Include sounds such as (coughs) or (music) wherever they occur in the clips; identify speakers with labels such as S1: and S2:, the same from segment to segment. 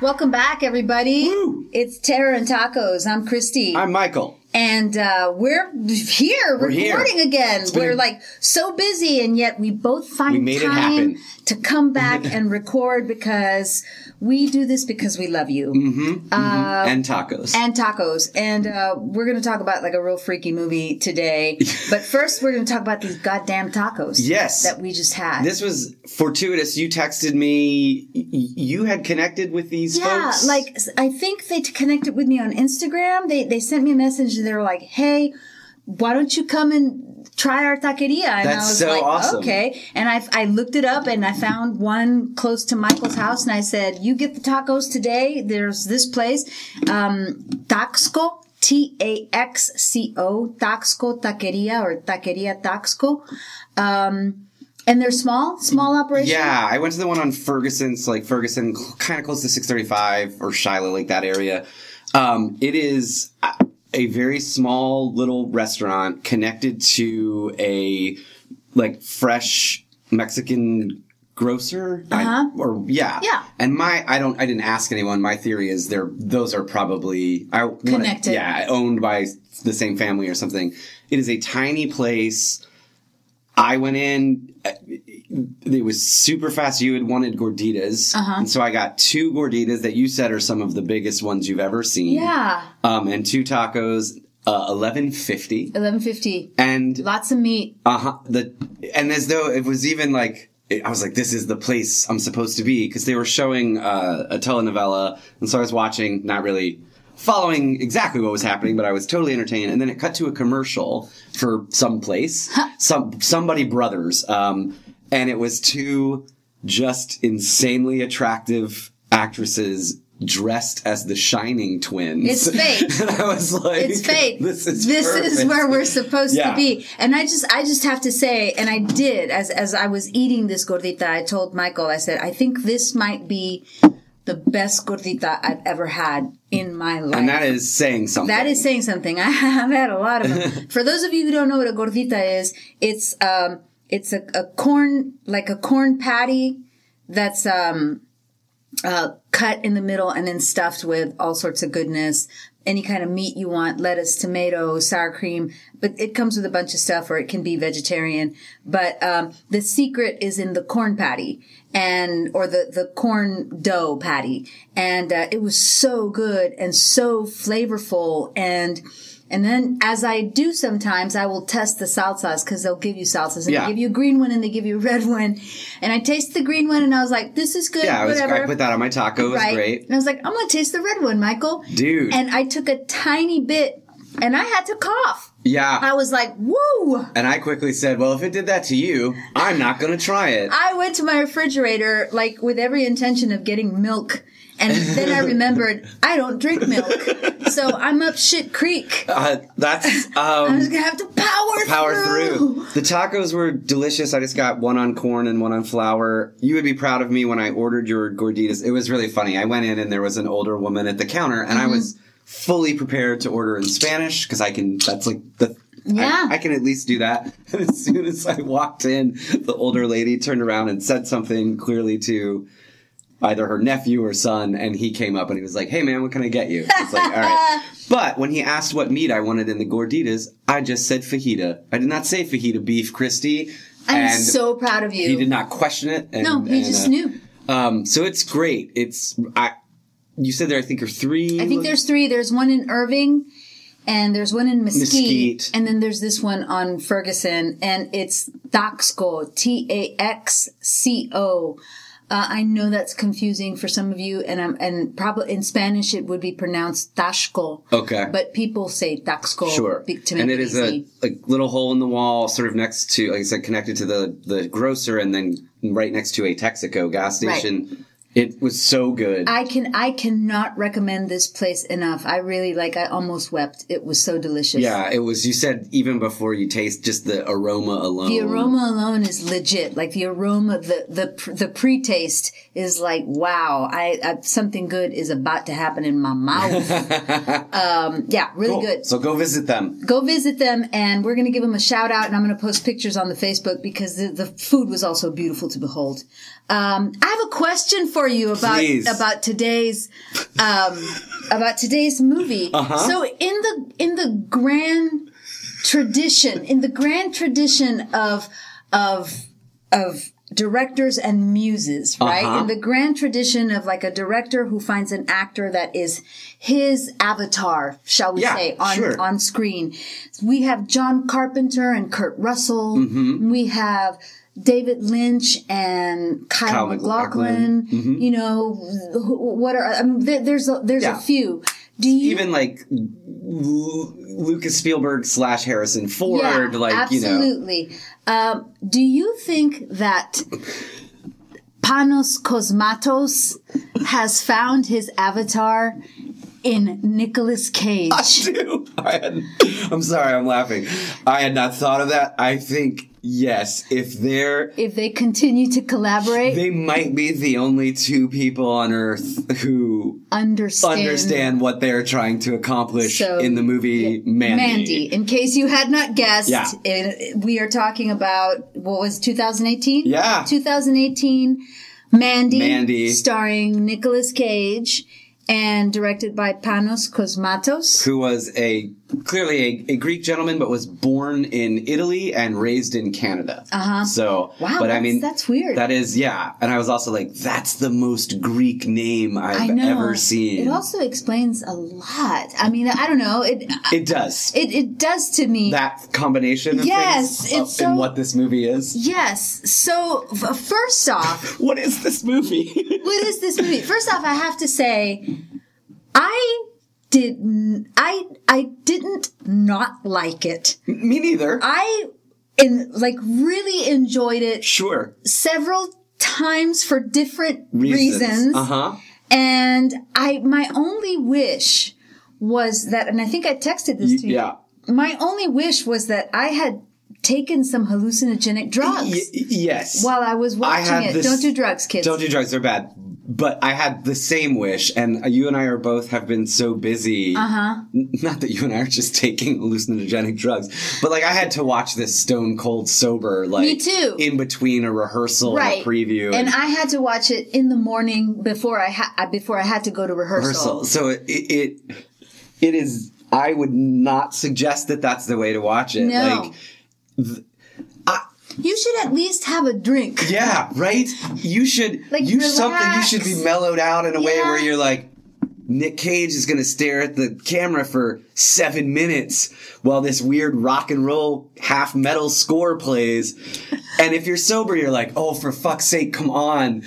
S1: Welcome back, everybody.
S2: Woo.
S1: It's Terror and Tacos. I'm Christy.
S2: I'm Michael.
S1: and uh, we're here
S2: We're here.
S1: recording again.
S2: been
S1: We're
S2: a-
S1: like so busy, and yet we both find
S2: We made it
S1: time
S2: happen.
S1: to come
S2: (laughs)
S1: back and record because we do this because we love you
S2: Mm. and tacos.
S1: and tacos. And uh, we're going to talk about like a real freaky movie
S2: (laughs)
S1: today. but first, we're going to talk about these goddamn tacos.
S2: Yes.
S1: that we just had.
S2: this was fortuitous. You texted me. Y- You had connected with these
S1: Yeah,
S2: folks.
S1: like s- I think they t- connected with me on Instagram. They they sent me a message and they were like, "Hey, why don't you come and try our taqueria?" And
S2: That's
S1: I was
S2: so
S1: like,
S2: awesome.
S1: "Okay." And I I looked it up and I found one close to Michael's house and I said, "You get the tacos today. There's this place, um, Taxco." T A X C O Taxco Taqueria or Taqueria Taxco, um, and they're small, small operation.
S2: Yeah, I went to the one on Ferguson's, like Ferguson, kind of close to 635 or Shiloh, like that area. Um, it is uh, a very small little restaurant connected to a like fresh Mexican grocer I- or yeah
S1: Uh-huh. Yeah.
S2: and my i don't i didn't ask anyone my theory is they're those are probably i wanna-
S1: Connected.
S2: yeah owned by the same family or something it is a tiny place I went in. uh, It was super fast. You had wanted gorditas, and so I got two gorditas that you said are some of the biggest ones you've ever seen.
S1: Yeah.
S2: Um, and two tacos, uh, eleven fifty,
S1: eleven fifty.
S2: and
S1: Lots of meat.
S2: uh huh. The and as though it was even like I was like, this is the place I'm supposed to be because they were showing uh, a telenovela, and so I was watching, not really following exactly what was happening, but I was totally entertained. And then it cut to a commercial for some place, some somebody brothers, um, and it was two just insanely attractive actresses dressed as the Shining twins.
S1: It's fate.
S2: (laughs) and I was like,
S1: it's fate.
S2: This is
S1: this is
S2: perfect.
S1: where we're supposed to
S2: Yeah.
S1: be. And I just I just have to say, and I did as as I was eating this gordita, I told Michael, I said, I think this might be the best gordita I've ever had in my life.
S2: And that is saying something.
S1: That is saying something. (laughs) I have had a lot of
S2: (laughs)
S1: them. For those of you who don't know what a gordita is, it's um, it's a, a corn like a corn patty that's um, uh, cut in the middle and then stuffed with all sorts of goodness. Any kind of meat you want, lettuce, tomato, sour cream, but it comes with a bunch of stuff or it can be vegetarian. But, um, the secret is in the corn patty and, or the, the corn dough patty. And, uh, it was so good and so flavorful. And, and then as I do sometimes, I will test the salsas because they'll give you salsas and
S2: Yeah.
S1: they give you a green one and they give you a red (laughs) one. And I taste the green one and I was like, this is good
S2: Yeah, I, was,
S1: whatever.
S2: I put that on my taco. It was
S1: right.
S2: great.
S1: And I was like, I'm gonna taste the red one, Michael.
S2: Dude.
S1: And I took a tiny bit and I had to cough.
S2: Yeah.
S1: I was like, woo!
S2: and I quickly said, well, if it did that to you, I'm not going to try it.
S1: I went to my refrigerator like with every intention of getting milk. And then
S2: (laughs)
S1: I remembered I don't drink milk. So I'm up shit creek.
S2: Uh,
S1: (laughs)
S2: that's
S1: I'm just
S2: um,
S1: gonna have to power
S2: power
S1: through.
S2: through. The tacos were delicious. I just got one on corn and one on flour. You would be proud of me when I ordered your gorditas. It was really funny. I went in and there was an older woman at the counter, and
S1: Mm-hmm.
S2: I was fully prepared to order in Spanish because I can. That's like the.
S1: Yeah.
S2: I, I can at least do that. (laughs) And as soon as I walked in, the older lady turned around and said something clearly to either her nephew or son, and he came up and he was like, "Hey, man, what can I get you?" It's like,
S1: (laughs)
S2: all right. But when he asked what meat I wanted in the gorditas, I just said fajita. I did not say fajita beef, Christy.
S1: I'm
S2: and
S1: so proud of you.
S2: he did not question it. And,
S1: no, he
S2: and,
S1: just
S2: uh,
S1: knew.
S2: Um, so it's great. It's I. You said there, I think, are three.
S1: I think there's three. There's one in Irving, and there's one in Mesquite,
S2: Mesquite.
S1: and then there's this one on Ferguson, and it's Taxco, T A X C O. Uh, I know that's confusing for some of you, and I'm and probably in Spanish it would be pronounced Taxco.
S2: Okay.
S1: but people say Taxco.
S2: Sure.
S1: be- to make
S2: and it
S1: it
S2: is
S1: easy.
S2: a, a little hole in the wall, sort of next to, like I said, connected to the, the grocer and then right next to a Texaco gas
S1: Right.
S2: station. It was so good.
S1: I can I cannot recommend this place enough. I really like. I almost wept. It was so delicious.
S2: yeah, it was, you said even before you taste, just the aroma alone.
S1: The aroma alone is legit. Like the aroma, the the pr- the pre-taste is like, wow, I, I something good is about to happen in my mouth. um, yeah, really
S2: Cool.
S1: good.
S2: So go visit them.
S1: Go visit them, and we're gonna give them a shout out, and I'm gonna post pictures on the Facebook because the, the food was also beautiful to behold. Um, I have a question for for you about
S2: Please.
S1: about today's um, about today's movie.
S2: Uh-huh.
S1: So in the in the grand tradition, in the grand tradition of of of directors and muses, right?
S2: Uh-huh.
S1: In the grand tradition of like a director who finds an actor that is his avatar, shall we
S2: Yeah,
S1: say, on
S2: sure.
S1: on screen. We have John Carpenter and Kurt Russell.
S2: Mm-hmm.
S1: We have David Lynch and Kyle,
S2: Kyle Mm-hmm.
S1: McLaughlin. You know, wh- what are I mean, there, there's a, there's
S2: Yeah.
S1: a few. Do you
S2: even like Lu- Lucas Spielberg slash Harrison Ford,
S1: yeah,
S2: like you know,
S1: absolutely. Um, do you think that Panos Cosmatos has found his avatar in Nicolas Cage?
S2: (laughs) (laughs) Dude, I had, I'm sorry, I'm laughing. I had not thought of that. I think yes, if they're
S1: if they continue to collaborate,
S2: they might be the only two people on Earth who
S1: understand.
S2: understand what they're trying to accomplish
S1: So,
S2: in the movie Mandy.
S1: Mandy, in case you had not guessed,
S2: Yeah.
S1: it- we are talking about what was 2018?
S2: Yeah.
S1: 2018, Mandy,
S2: Mandy.
S1: starring Nicolas Cage and directed by Panos Cosmatos.
S2: Who was a clearly a, a Greek gentleman, but was born in Italy and raised in Canada. Uh huh. So,
S1: Uh-huh. Wow,
S2: but I
S1: that's-
S2: mean,
S1: that's weird.
S2: That is, yeah. And I was also like, that's the most Greek name
S1: I
S2: I've
S1: know.
S2: ever seen.
S1: It also explains a lot. I mean, I don't know. It
S2: It does
S1: it, it does to me.
S2: that combination. Of
S1: Yes,
S2: things,
S1: it's
S2: uh, in
S1: so-
S2: what this
S1: (laughs)
S2: movie is.
S1: yes. So f- first off,
S2: What is this movie? (laughs)
S1: what is this movie? First off, I have to say, I did n- I I didn't not like it.
S2: Me neither.
S1: I in like really enjoyed it
S2: sure.
S1: several times for different
S2: Reasons.
S1: reasons.
S2: Uh huh.
S1: And I my only wish was that and I think I texted this to you.
S2: Yeah.
S1: My only wish was that I had taken some hallucinogenic drugs
S2: Y- yes.
S1: while I was watching
S2: had
S1: it.
S2: this-
S1: Don't do drugs, kids.
S2: Don't do drugs; they're bad. But I had the same wish, and you and I are both have been so busy. Uh
S1: Uh-huh.
S2: huh. Not that you and I are just (laughs) taking hallucinogenic drugs, but like I had to watch this Stone Cold sober, like
S1: Me too.
S2: in between a rehearsal and a preview
S1: And, I had to watch it in the morning before I ha- before I had to go to rehearsal.
S2: rehearsal. So it, it it is. I would not suggest that that's the way to watch it.
S1: No.
S2: Like,
S1: You should at least have a drink.
S2: yeah, right. You should
S1: Like,
S2: you something. You
S1: relax.
S2: should be mellowed out in a way
S1: Yeah.
S2: where you're like, Nick Cage is going to stare at the camera for seven minutes while this weird rock and roll half metal score plays. And if you're sober, you're like, oh, for fuck's sake, come on.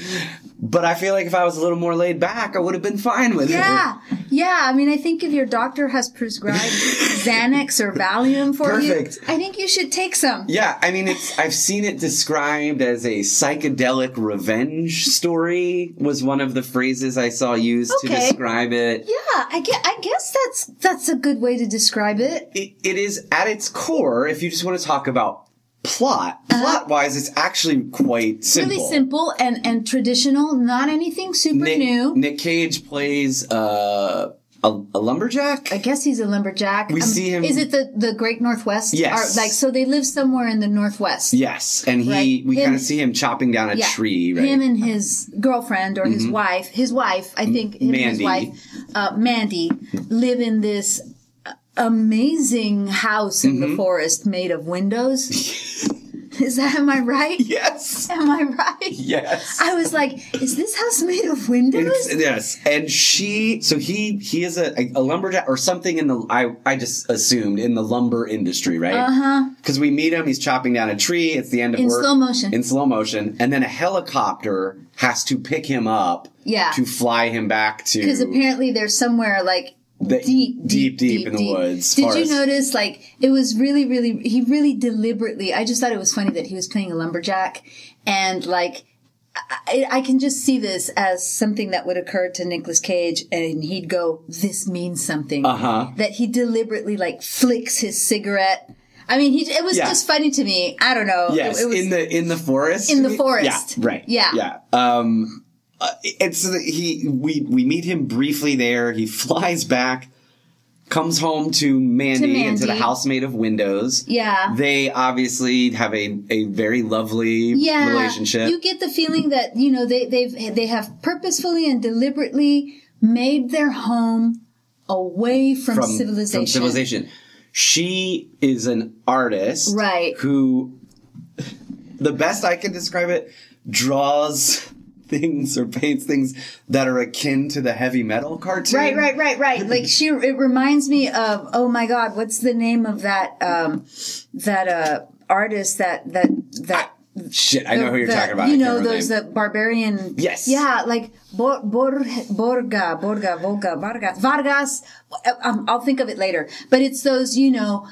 S2: But I feel like if I was a little more laid back, I would have been fine with it.
S1: Yeah, yeah. I mean, I think if your doctor has
S2: (laughs)
S1: prescribed Xanax or Valium for
S2: Perfect.
S1: you, I think you should take some.
S2: Yeah, I mean, it's. I've seen it described as a psychedelic revenge story. Was one of the phrases I saw used to
S1: Okay.
S2: describe it.
S1: Yeah, I guess, I guess that's that's a good way to describe it.
S2: it, it is at its core, if you just want to talk about plot, plot wise, it's actually quite simple.
S1: Uh-huh. Really simple and and traditional. Not anything super
S2: Nick,
S1: new.
S2: Nick Cage plays uh, a, a lumberjack.
S1: I guess he's a lumberjack. We
S2: see him-
S1: Is it the the Great Northwest?
S2: Yes.
S1: Or, like so, they live somewhere in the Northwest.
S2: yes, and he
S1: Right.
S2: we
S1: Him-
S2: kind of see him chopping down a
S1: Yeah.
S2: tree, right? Uh-huh. Mm-hmm.
S1: Him and his girlfriend or his wife, his wife, I think, him and his
S2: Mandy.
S1: wife,
S2: Mm-hmm.
S1: uh, Mandy, live in this uh, amazing house in
S2: Mm-hmm.
S1: the forest made of
S2: (laughs)
S1: windows. is that am I right?
S2: yes,
S1: Am I right?
S2: yes.
S1: I was like, is this house made of windows?
S2: It's- yes, and she. So he he is a, a lumberjack or something in the. I I just assumed in the lumber industry, right? Uh huh. Because we meet him, he's chopping down a tree. It's the end of
S1: Uh-huh. In
S2: work.
S1: slow motion.
S2: In slow motion, and then a helicopter has to pick him up.
S1: Yeah.
S2: To fly him back to.
S1: Because apparently they're somewhere like
S2: The-
S1: deep, deep,
S2: deep, deep in the woods,
S1: Did you
S2: forest.
S1: notice? Like it was really, really. He really deliberately. I just thought it was funny that he was playing a lumberjack, and like. I, I can just see this as something that would occur to Nicolas Cage, and he'd go, "This means something."
S2: Uh-huh.
S1: That he deliberately like flicks his cigarette. I mean, he it was
S2: Yeah.
S1: just funny to me. I don't know.
S2: Yes,
S1: it, it was,
S2: in the in the forest.
S1: In the forest.
S2: Yeah, right.
S1: Yeah.
S2: yeah. Um, (laughs) uh, it's he. We we meet him briefly there. He flies back. comes home to Mandy,
S1: To
S2: and to the
S1: Mandy.
S2: house made of windows.
S1: Yeah.
S2: They obviously have a, a very lovely
S1: yeah,
S2: relationship.
S1: You get the feeling that you know they they've they have purposefully and deliberately made their home away from, civilization.
S2: From civilization. She is an artist,
S1: Right.
S2: Who, the best I can describe it, draws (laughs) things or paints things that are akin to the heavy metal cartoon.
S1: Right, right, right,
S2: (laughs)
S1: right. Like she, it reminds me of oh my god, what's the name of that um that uh artist that that that.
S2: Shit, I know who you're
S1: the-
S2: talking about.
S1: You
S2: I can't
S1: know,
S2: remember the
S1: those uh,
S2: name.
S1: the barbarian.
S2: Yes.
S1: Yeah, like Bor, Bor, Borga, Borga, Volga, Vargas, Vargas. uh, Um, I'll think of it later. But it's those, you know,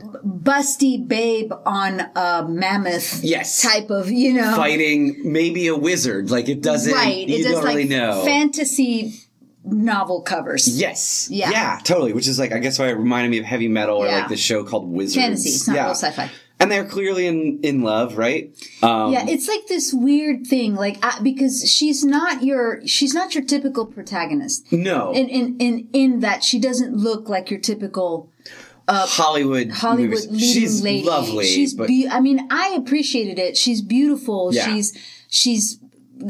S1: busty babe on a mammoth
S2: Yes.
S1: type of, you know,
S2: fighting maybe a wizard. Like it doesn't.
S1: right.
S2: You
S1: it does
S2: don't really
S1: like
S2: know.
S1: fantasy novel covers.
S2: yes.
S1: Yeah.
S2: Yeah. Totally. Which is like I guess why it reminded me of heavy metal or
S1: Yeah.
S2: like the show called Wizards.
S1: Fantasy. It's not
S2: yeah.
S1: real sci-fi.
S2: And they're clearly in in love, right? Um,
S1: Yeah, it's like this weird thing, like I, because she's not your she's not your typical protagonist.
S2: No.
S1: in in in, in that she doesn't look like your typical
S2: Hollywood
S1: uh, Hollywood
S2: movies.
S1: leading
S2: she's
S1: lady.
S2: lovely.
S1: She's
S2: but
S1: be- I mean, I appreciated it. She's beautiful.
S2: Yeah.
S1: She's she's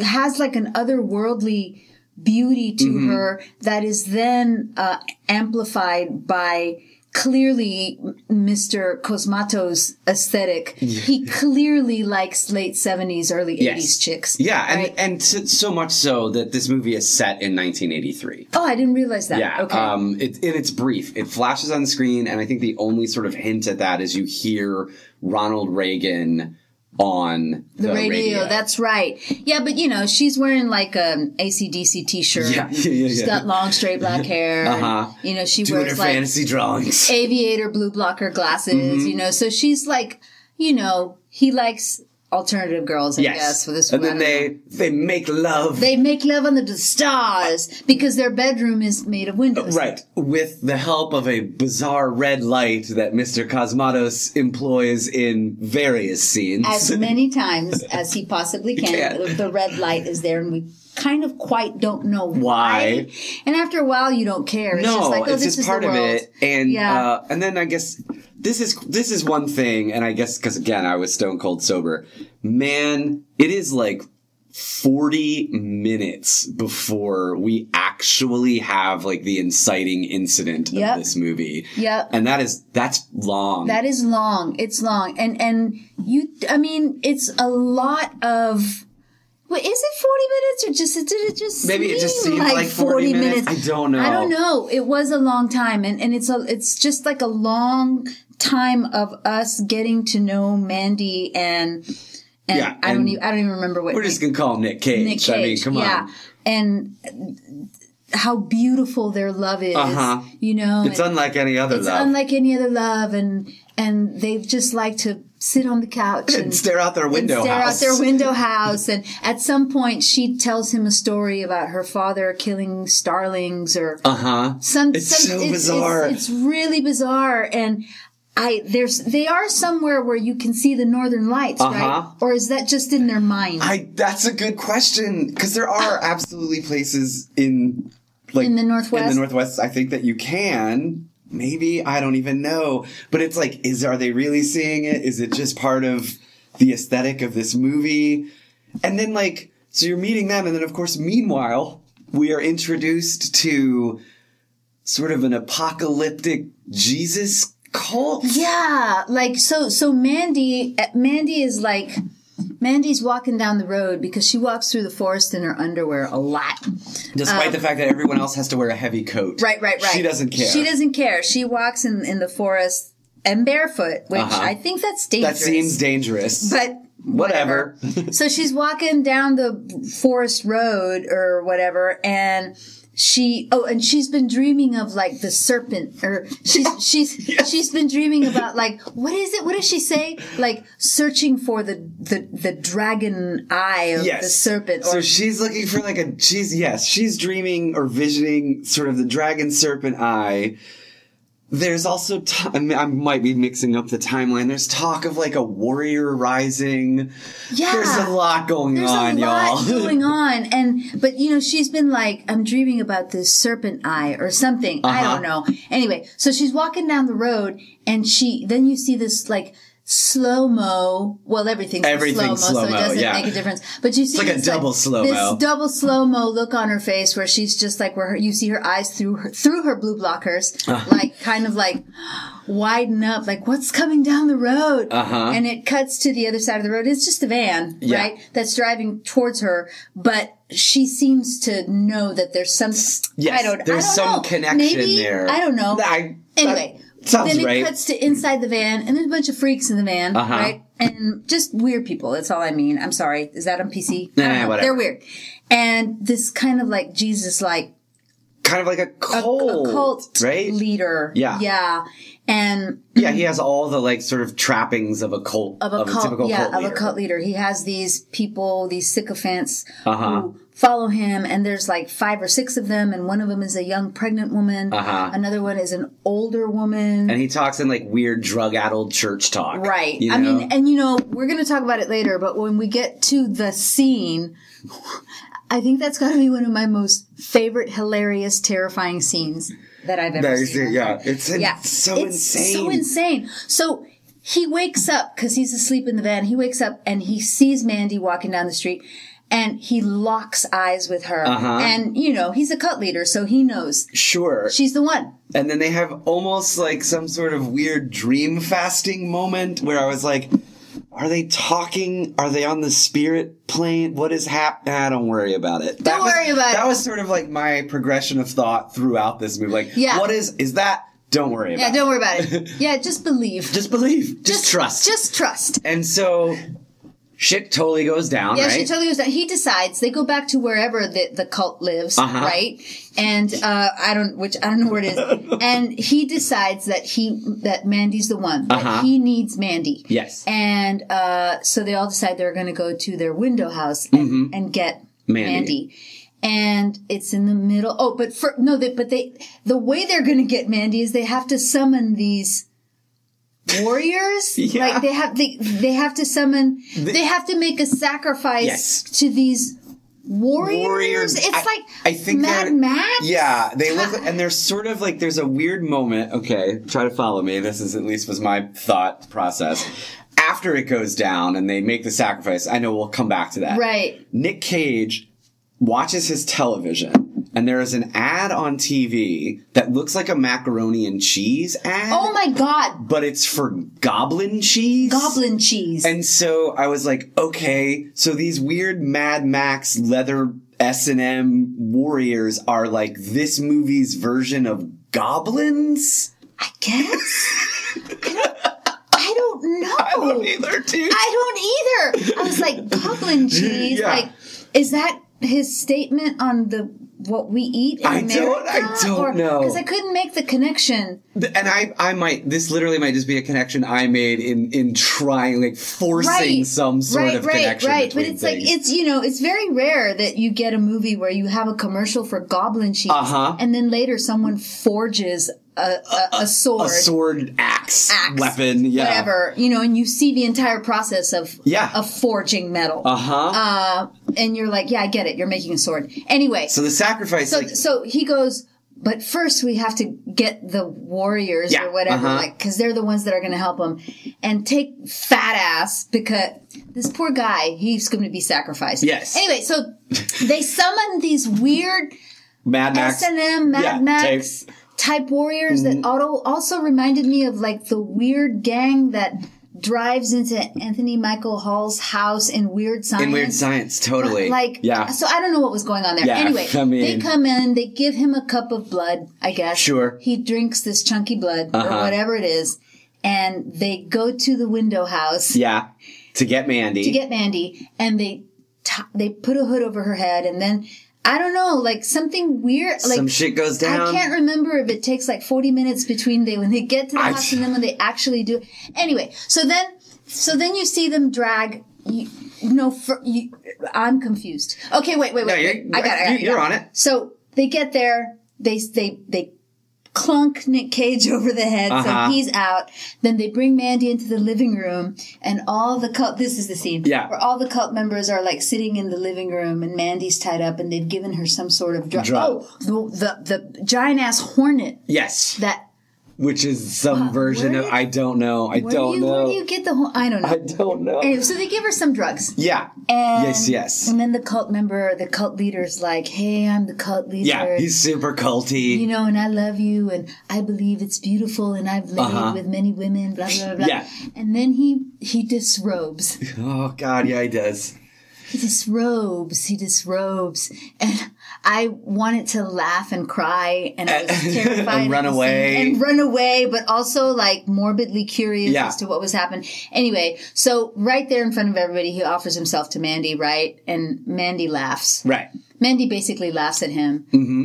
S1: has like an otherworldly beauty to
S2: Mm-hmm.
S1: her that is then uh, amplified by clearly Mr. Cosmato's aesthetic. He clearly likes late 70s early
S2: Yes.
S1: 80s chicks.
S2: yeah, and
S1: right?
S2: and so, so much so that this movie is set in 1983.
S1: Oh, I didn't realize that.
S2: Yeah.
S1: Okay.
S2: Um. It, and it's brief. It flashes on the screen, and I think the only sort of hint at that is you hear Ronald Reagan on the,
S1: the radio, That's right. Yeah, but you know, she's wearing like an ACDC t-shirt.
S2: Yeah, (laughs) yeah, yeah,
S1: She's
S2: yeah.
S1: got long, straight black hair.
S2: Uh-huh.
S1: You know, she
S2: doing her
S1: wears like
S2: fantasy Mm-hmm. drawings.
S1: aviator blue blocker glasses. You know, so she's like, you know, he likes alternative girls. I guess
S2: yes.
S1: for this
S2: and
S1: one,
S2: then
S1: I don't know.
S2: they they make love.
S1: they make love under the stars because their bedroom is made of windows.
S2: Right, with the help of a bizarre red light that Mr. Cosmatos employs in various scenes.
S1: as
S2: (laughs)
S1: many times as he possibly can.
S2: Can.
S1: The red light is there, and we kind of quite don't know why.
S2: Why.
S1: And after a while, you don't care. It's
S2: no,
S1: just like, oh, this
S2: it's just
S1: is
S2: part
S1: the
S2: of
S1: world.
S2: it, and
S1: Yeah.
S2: uh, and then I guess this is this is one thing, and I guess because again I was stone cold sober, man, it is like forty minutes before we actually have like the inciting incident
S1: Yep.
S2: of this movie,
S1: Yep.
S2: and that is that's long.
S1: That is long. It's long, and and you. I mean, it's a lot of. Well, is it forty minutes or just did it just
S2: Maybe it just
S1: seem
S2: seemed like 40 minutes? I don't know.
S1: I don't know. It was a long time, and and it's a it's just like a long time of us getting to know Mandy and. And
S2: Yeah,
S1: I don't
S2: and
S1: even I don't even remember what
S2: We're just gonna call him Nick Cage.
S1: Nick
S2: I mean,
S1: Cage.
S2: come on.
S1: Yeah. And uh, how beautiful their love is.
S2: Uh-huh.
S1: You know,
S2: It's
S1: and
S2: unlike any other
S1: it's
S2: love.
S1: unlike any other love, and and they just like to sit on the couch and.
S2: and stare out their window
S1: stare
S2: house.
S1: out their window house, and at some point she tells him a story about her father killing starlings or
S2: Uh huh.
S1: some.
S2: It's
S1: some-
S2: so bizarre.
S1: It's, really bizarre, and I there's they are somewhere where you can see the northern lights,
S2: Uh-huh.
S1: right? Or is that just in their mind?
S2: I that's a good question because there are absolutely places in like
S1: Ah. In the Northwest?
S2: In the Northwest, I think that you can. Maybe I don't even know, but it's like, is are they really seeing it? Is it just part of the aesthetic of this movie? And then like, so you're meeting them, and then of course, meanwhile, we are introduced to sort of an apocalyptic Jesus cult.
S1: Yeah, like so. So Mandy, eh, Mandy is like, Mandy's walking down the road because she walks through the forest in her underwear a lot.
S2: Despite the fact that everyone else has to wear a heavy coat.
S1: Um, Right, right, right.
S2: She doesn't care.
S1: She doesn't care. She walks in in the forest and barefoot, which
S2: Uh-huh.
S1: I think that's
S2: That
S1: dangerous.
S2: seems dangerous.
S1: but
S2: whatever.
S1: so she's walking down the forest road or whatever, and she oh, and she's been dreaming of like the serpent, or
S2: (laughs)
S1: she's she's she's been dreaming about like what is it? What does she say? Like searching for the the the dragon eye of
S2: yes.
S1: the serpent, or
S2: so she's looking for like a she's yes, she's dreaming or visioning sort of the dragon serpent eye. There's also t- I, mean, I might be mixing up the timeline. There's talk of like a warrior rising.
S1: Yeah.
S2: There's a lot going
S1: There's
S2: on,
S1: a lot
S2: y'all. (laughs)
S1: going on, and but you know she's been like, I'm dreaming about this serpent eye or something. I
S2: Uh-huh.
S1: don't know. Anyway, so she's walking down the road, and she then you see this like slow mo. Well, everything's slow mo,
S2: Everything's
S1: so it
S2: slow-mo,
S1: doesn't
S2: yeah.
S1: make a difference. But you see
S2: like a
S1: this,
S2: double slow-mo.
S1: This double slow mo look on her face where she's just like where her, you see her eyes through her, through her blue blockers,
S2: Uh-huh.
S1: like kind of like widen up, like what's coming down the road?
S2: Uh-huh.
S1: And it cuts to the other side of the road. It's just a van,
S2: Yeah.
S1: right? That's driving towards her, but she seems to know that there's some.
S2: Yes,
S1: I don't. I
S2: there's
S1: don't
S2: some
S1: know.
S2: connection
S1: Maybe-
S2: there.
S1: I don't know.
S2: (laughs) I- that
S1: anyway,
S2: sounds
S1: then it
S2: right.
S1: cuts to inside the van, and there's a bunch of freaks in the van,
S2: Uh-huh.
S1: right? And just weird people. That's all I mean. I'm sorry. Is that on PC?
S2: Nah,
S1: I don't know.
S2: whatever.
S1: They're weird, and this kind of like Jesus, like
S2: kind of like a cult,
S1: a cult
S2: right?
S1: leader.
S2: Yeah.
S1: yeah, and
S2: Yeah, he has all the like sort of trappings of a cult
S1: of a cult,
S2: typical
S1: yeah,
S2: cult
S1: of
S2: leader.
S1: a cult leader. He has these people, these sycophants
S2: Uh-huh.
S1: who follow him, and there's like five or six of them, and one of them is a young pregnant woman,
S2: Uh-huh.
S1: another one is an older woman.
S2: And he talks in like weird drug-addled church talk.
S1: Right.
S2: you
S1: I
S2: know?
S1: mean, and you know, we're going to talk about it later, but when we get to the scene, I think that's got to be one of my most favorite, hilarious, terrifying scenes that I've ever
S2: That is
S1: seen.
S2: it, yeah. It's in-
S1: yeah.
S2: so
S1: it's
S2: insane.
S1: So insane. So he wakes up because he's asleep in the van. He wakes up and he sees Mandy walking down the street. And he locks eyes with her.
S2: Uh-huh.
S1: And, you know, he's a cult leader, so he knows
S2: sure.
S1: she's the one.
S2: and then they have almost like some sort of weird dream fasting moment where I was like, are they talking? Are they on the spirit plane? What is happening? Ah, don't worry about it. That was-
S1: worry about
S2: That
S1: it.
S2: was sort of like my progression of thought throughout this movie. Like,
S1: Yeah.
S2: what is, is that? Don't worry about
S1: Yeah,
S2: it.
S1: don't worry about
S2: (laughs)
S1: it. Yeah, just believe.
S2: Just believe. Just, trust.
S1: Just trust.
S2: and so shit totally goes down,
S1: Yeah,
S2: right?
S1: she totally goes down. He decides they go back to wherever the, the cult lives,
S2: Uh-huh.
S1: right? And uh, I don't, which I don't know where it
S2: (laughs)
S1: is. and he decides that he that Mandy's the one. That
S2: Uh-huh.
S1: He needs Mandy.
S2: Yes.
S1: And uh, so they all decide they're going to go to their window house and, and get
S2: Mm-hmm. Mandy.
S1: Mandy. And it's in the middle. Oh, but for no, they, but they the way they're going to get Mandy is they have to summon these warriors
S2: (laughs) Yeah.
S1: like they have they, they have to summon they, have to make a sacrifice
S2: Yes.
S1: to these warriors,
S2: Warriors.
S1: it's
S2: I-
S1: like
S2: I think
S1: mad
S2: they're-
S1: max
S2: Yeah, they
S1: (laughs)
S2: look, and they're sort of like there's a weird moment. Okay, try to follow me. This is at least was my thought process. After it goes down and they make the sacrifice, I know we'll come back to that.
S1: right
S2: Nick Cage watches his television, and there is an ad on TV that looks like a macaroni and cheese ad,
S1: oh my god
S2: but it's for goblin cheese.
S1: goblin cheese
S2: And so I was like, okay, so these weird Mad Max leather S and M warriors are like this movie's version of goblins.
S1: i guess
S2: (laughs)
S1: i don't i don't know
S2: either, dude.
S1: Oh. I don't either. I was like, goblin cheese.
S2: (laughs) Yeah.
S1: Like, is that his statement on the what we eat in
S2: I don't-
S1: America?
S2: I don't know.
S1: because I couldn't make the connection.
S2: and I, I might. This literally might just be a connection I made in in trying, like forcing
S1: Right,
S2: some sort
S1: right,
S2: of
S1: right,
S2: connection.
S1: right. But
S2: between
S1: it's
S2: things.
S1: like it's you know it's very rare that you get a movie where you have a commercial for goblin cheese,
S2: Uh-huh.
S1: and then later someone forges a a, a sword.
S2: a sword, axe,
S1: axe,
S2: weapon, yeah,
S1: Whatever, you know, and you see the entire process of
S2: Yeah.
S1: of forging metal.
S2: Uh huh.
S1: Uh, and you're like, yeah, I get it. You're making a sword. Anyway,
S2: so the sacrifice,
S1: so
S2: like,
S1: so he goes but first we have to get the warriors
S2: Yeah,
S1: or whatever
S2: uh-huh.
S1: like because they're the ones that are going to help him and take fat ass because this poor guy he's going to be sacrificed
S2: Yes.
S1: anyway
S2: (laughs)
S1: so they summon these weird
S2: Mad Max.
S1: s&m mad
S2: Yeah, Mm-hmm.
S1: max type warriors that auto also reminded me of like the weird gang that drives into anthony michael hall's house in weird science
S2: in weird science, totally.
S1: um, like,
S2: yeah,
S1: So I don't know what was going on there.
S2: Yeah,
S1: anyway,
S2: (laughs) I mean-
S1: they come in, they give him a cup of blood, I guess.
S2: Sure.
S1: He drinks this chunky blood
S2: Uh-huh.
S1: or whatever it is, and they go to the window house
S2: yeah. To get Mandy,
S1: to get Mandy, and they t- they put a hood over her head, and then I don't know, like something weird, like.
S2: some shit goes down.
S1: I can't remember if it takes like 40 minutes between they when they get to the
S2: I-
S1: house and then when they actually do. Anyway, so then so then you see them drag you, no fir- you, I'm confused. Okay, wait, wait, wait.
S2: No,
S1: wait.
S2: you're-
S1: I got it. I got it,
S2: you- you're
S1: I got
S2: on it.
S1: So they get there, they they they clunk Nick Cage (laughs) over the head,
S2: Uh-huh.
S1: so he's out. Then they bring Mandy into the living room, and all the cult. This is the scene,
S2: Yeah.
S1: where all the cult members are like sitting in the living room, and Mandy's tied up, and they've given her some sort of drug.
S2: Drug.
S1: Oh, the, the the giant ass hornet
S2: Yes,
S1: that.
S2: which is some version
S1: where
S2: of
S1: did-
S2: I don't know.
S1: Where
S2: I
S1: do,
S2: don't
S1: you, where
S2: know.
S1: do you get the? Hor- I don't know.
S2: I don't know.
S1: Anyway, so they give her some drugs.
S2: yeah.
S1: And,
S2: yes. Yes.
S1: And then the cult member, the cult leader's like, "Hey, I'm the cult leader.
S2: Yeah. He's super culty.
S1: you know, and I love you, and I believe it's beautiful, and I've laid
S2: Uh-huh.
S1: with many women, blah blah blah."
S2: Yeah.
S1: And then he he disrobes.
S2: oh God. Yeah, he does.
S1: He disrobes. He disrobes, and I wanted to laugh and cry, and I was terrified
S2: (laughs) And
S1: at
S2: run
S1: the same-
S2: away.
S1: and run away, but also like morbidly curious
S2: Yeah.
S1: as to what was happening. Anyway, so right there in front of everybody, he offers himself to Mandy, right, and Mandy laughs.
S2: Right.
S1: Mandy basically laughs at him. Mm-hmm.